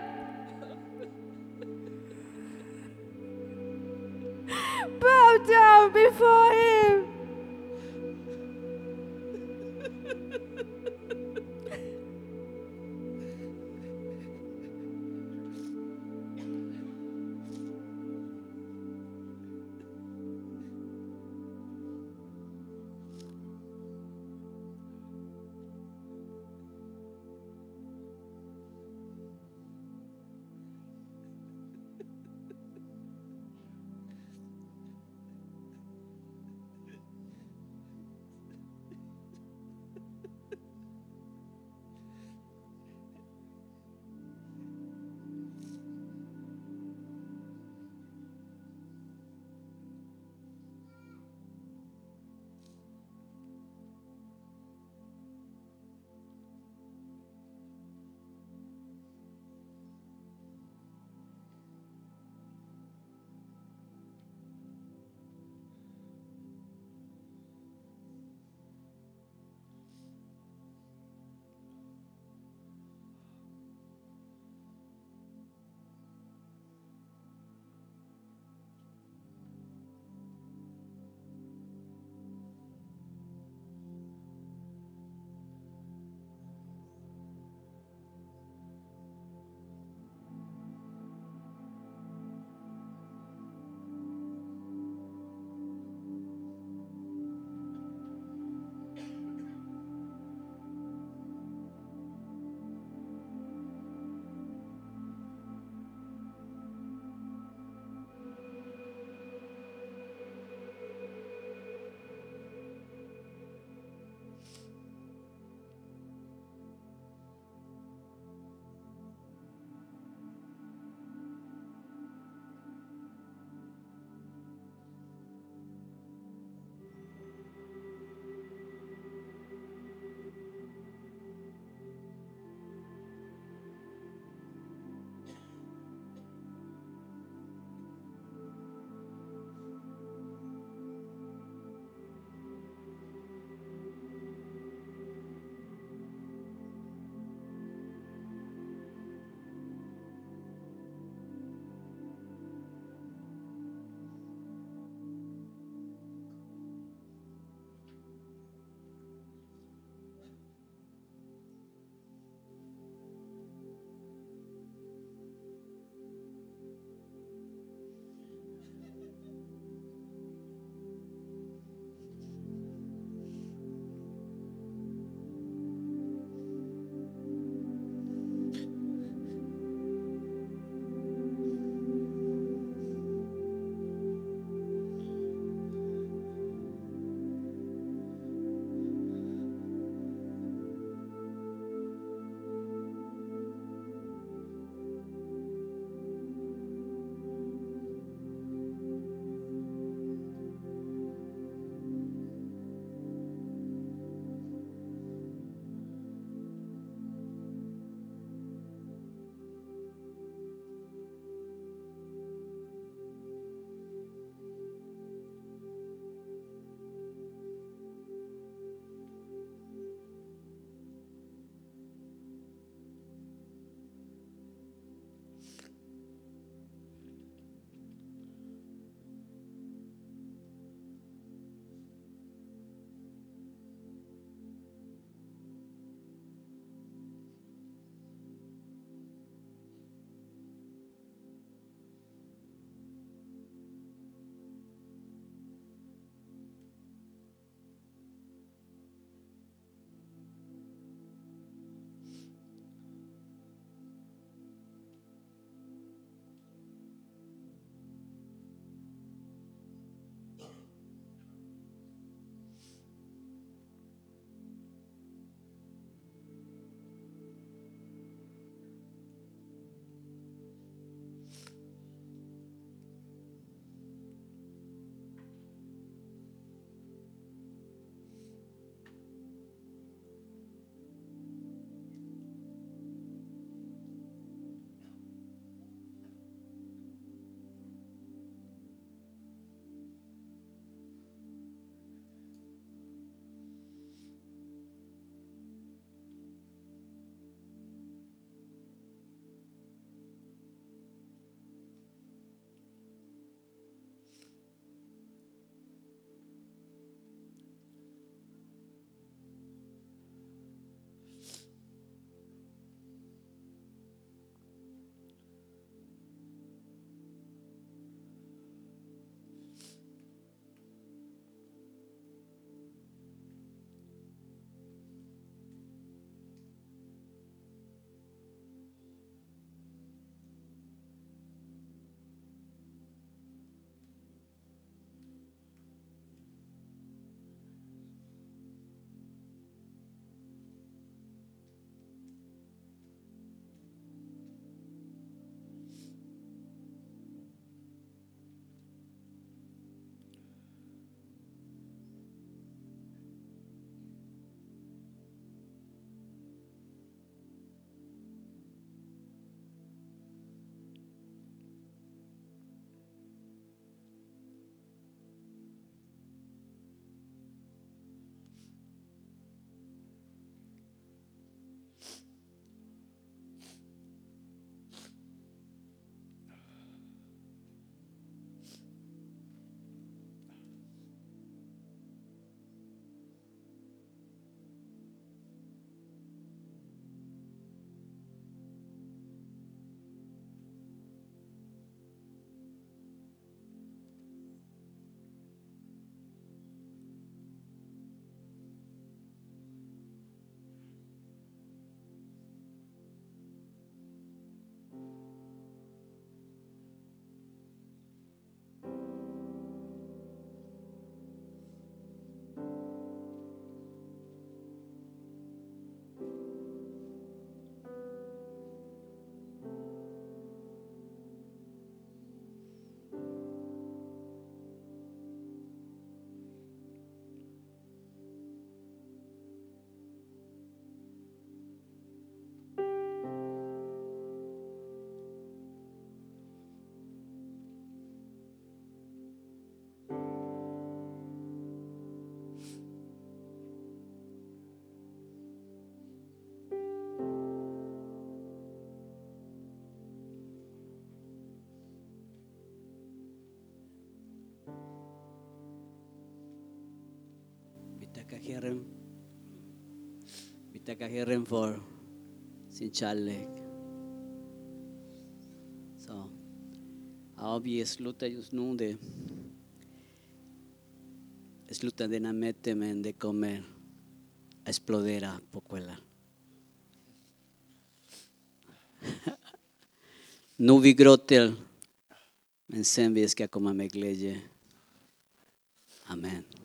Bow down before him. Taka Herren. Vi tackar Herren för sin kärlek. Så. Ja, vi slutar just nu det. Slutar denna möte men det kommer att explodera på kvällen. nu vi gråter men sen vi ska komma med glädje. Amen.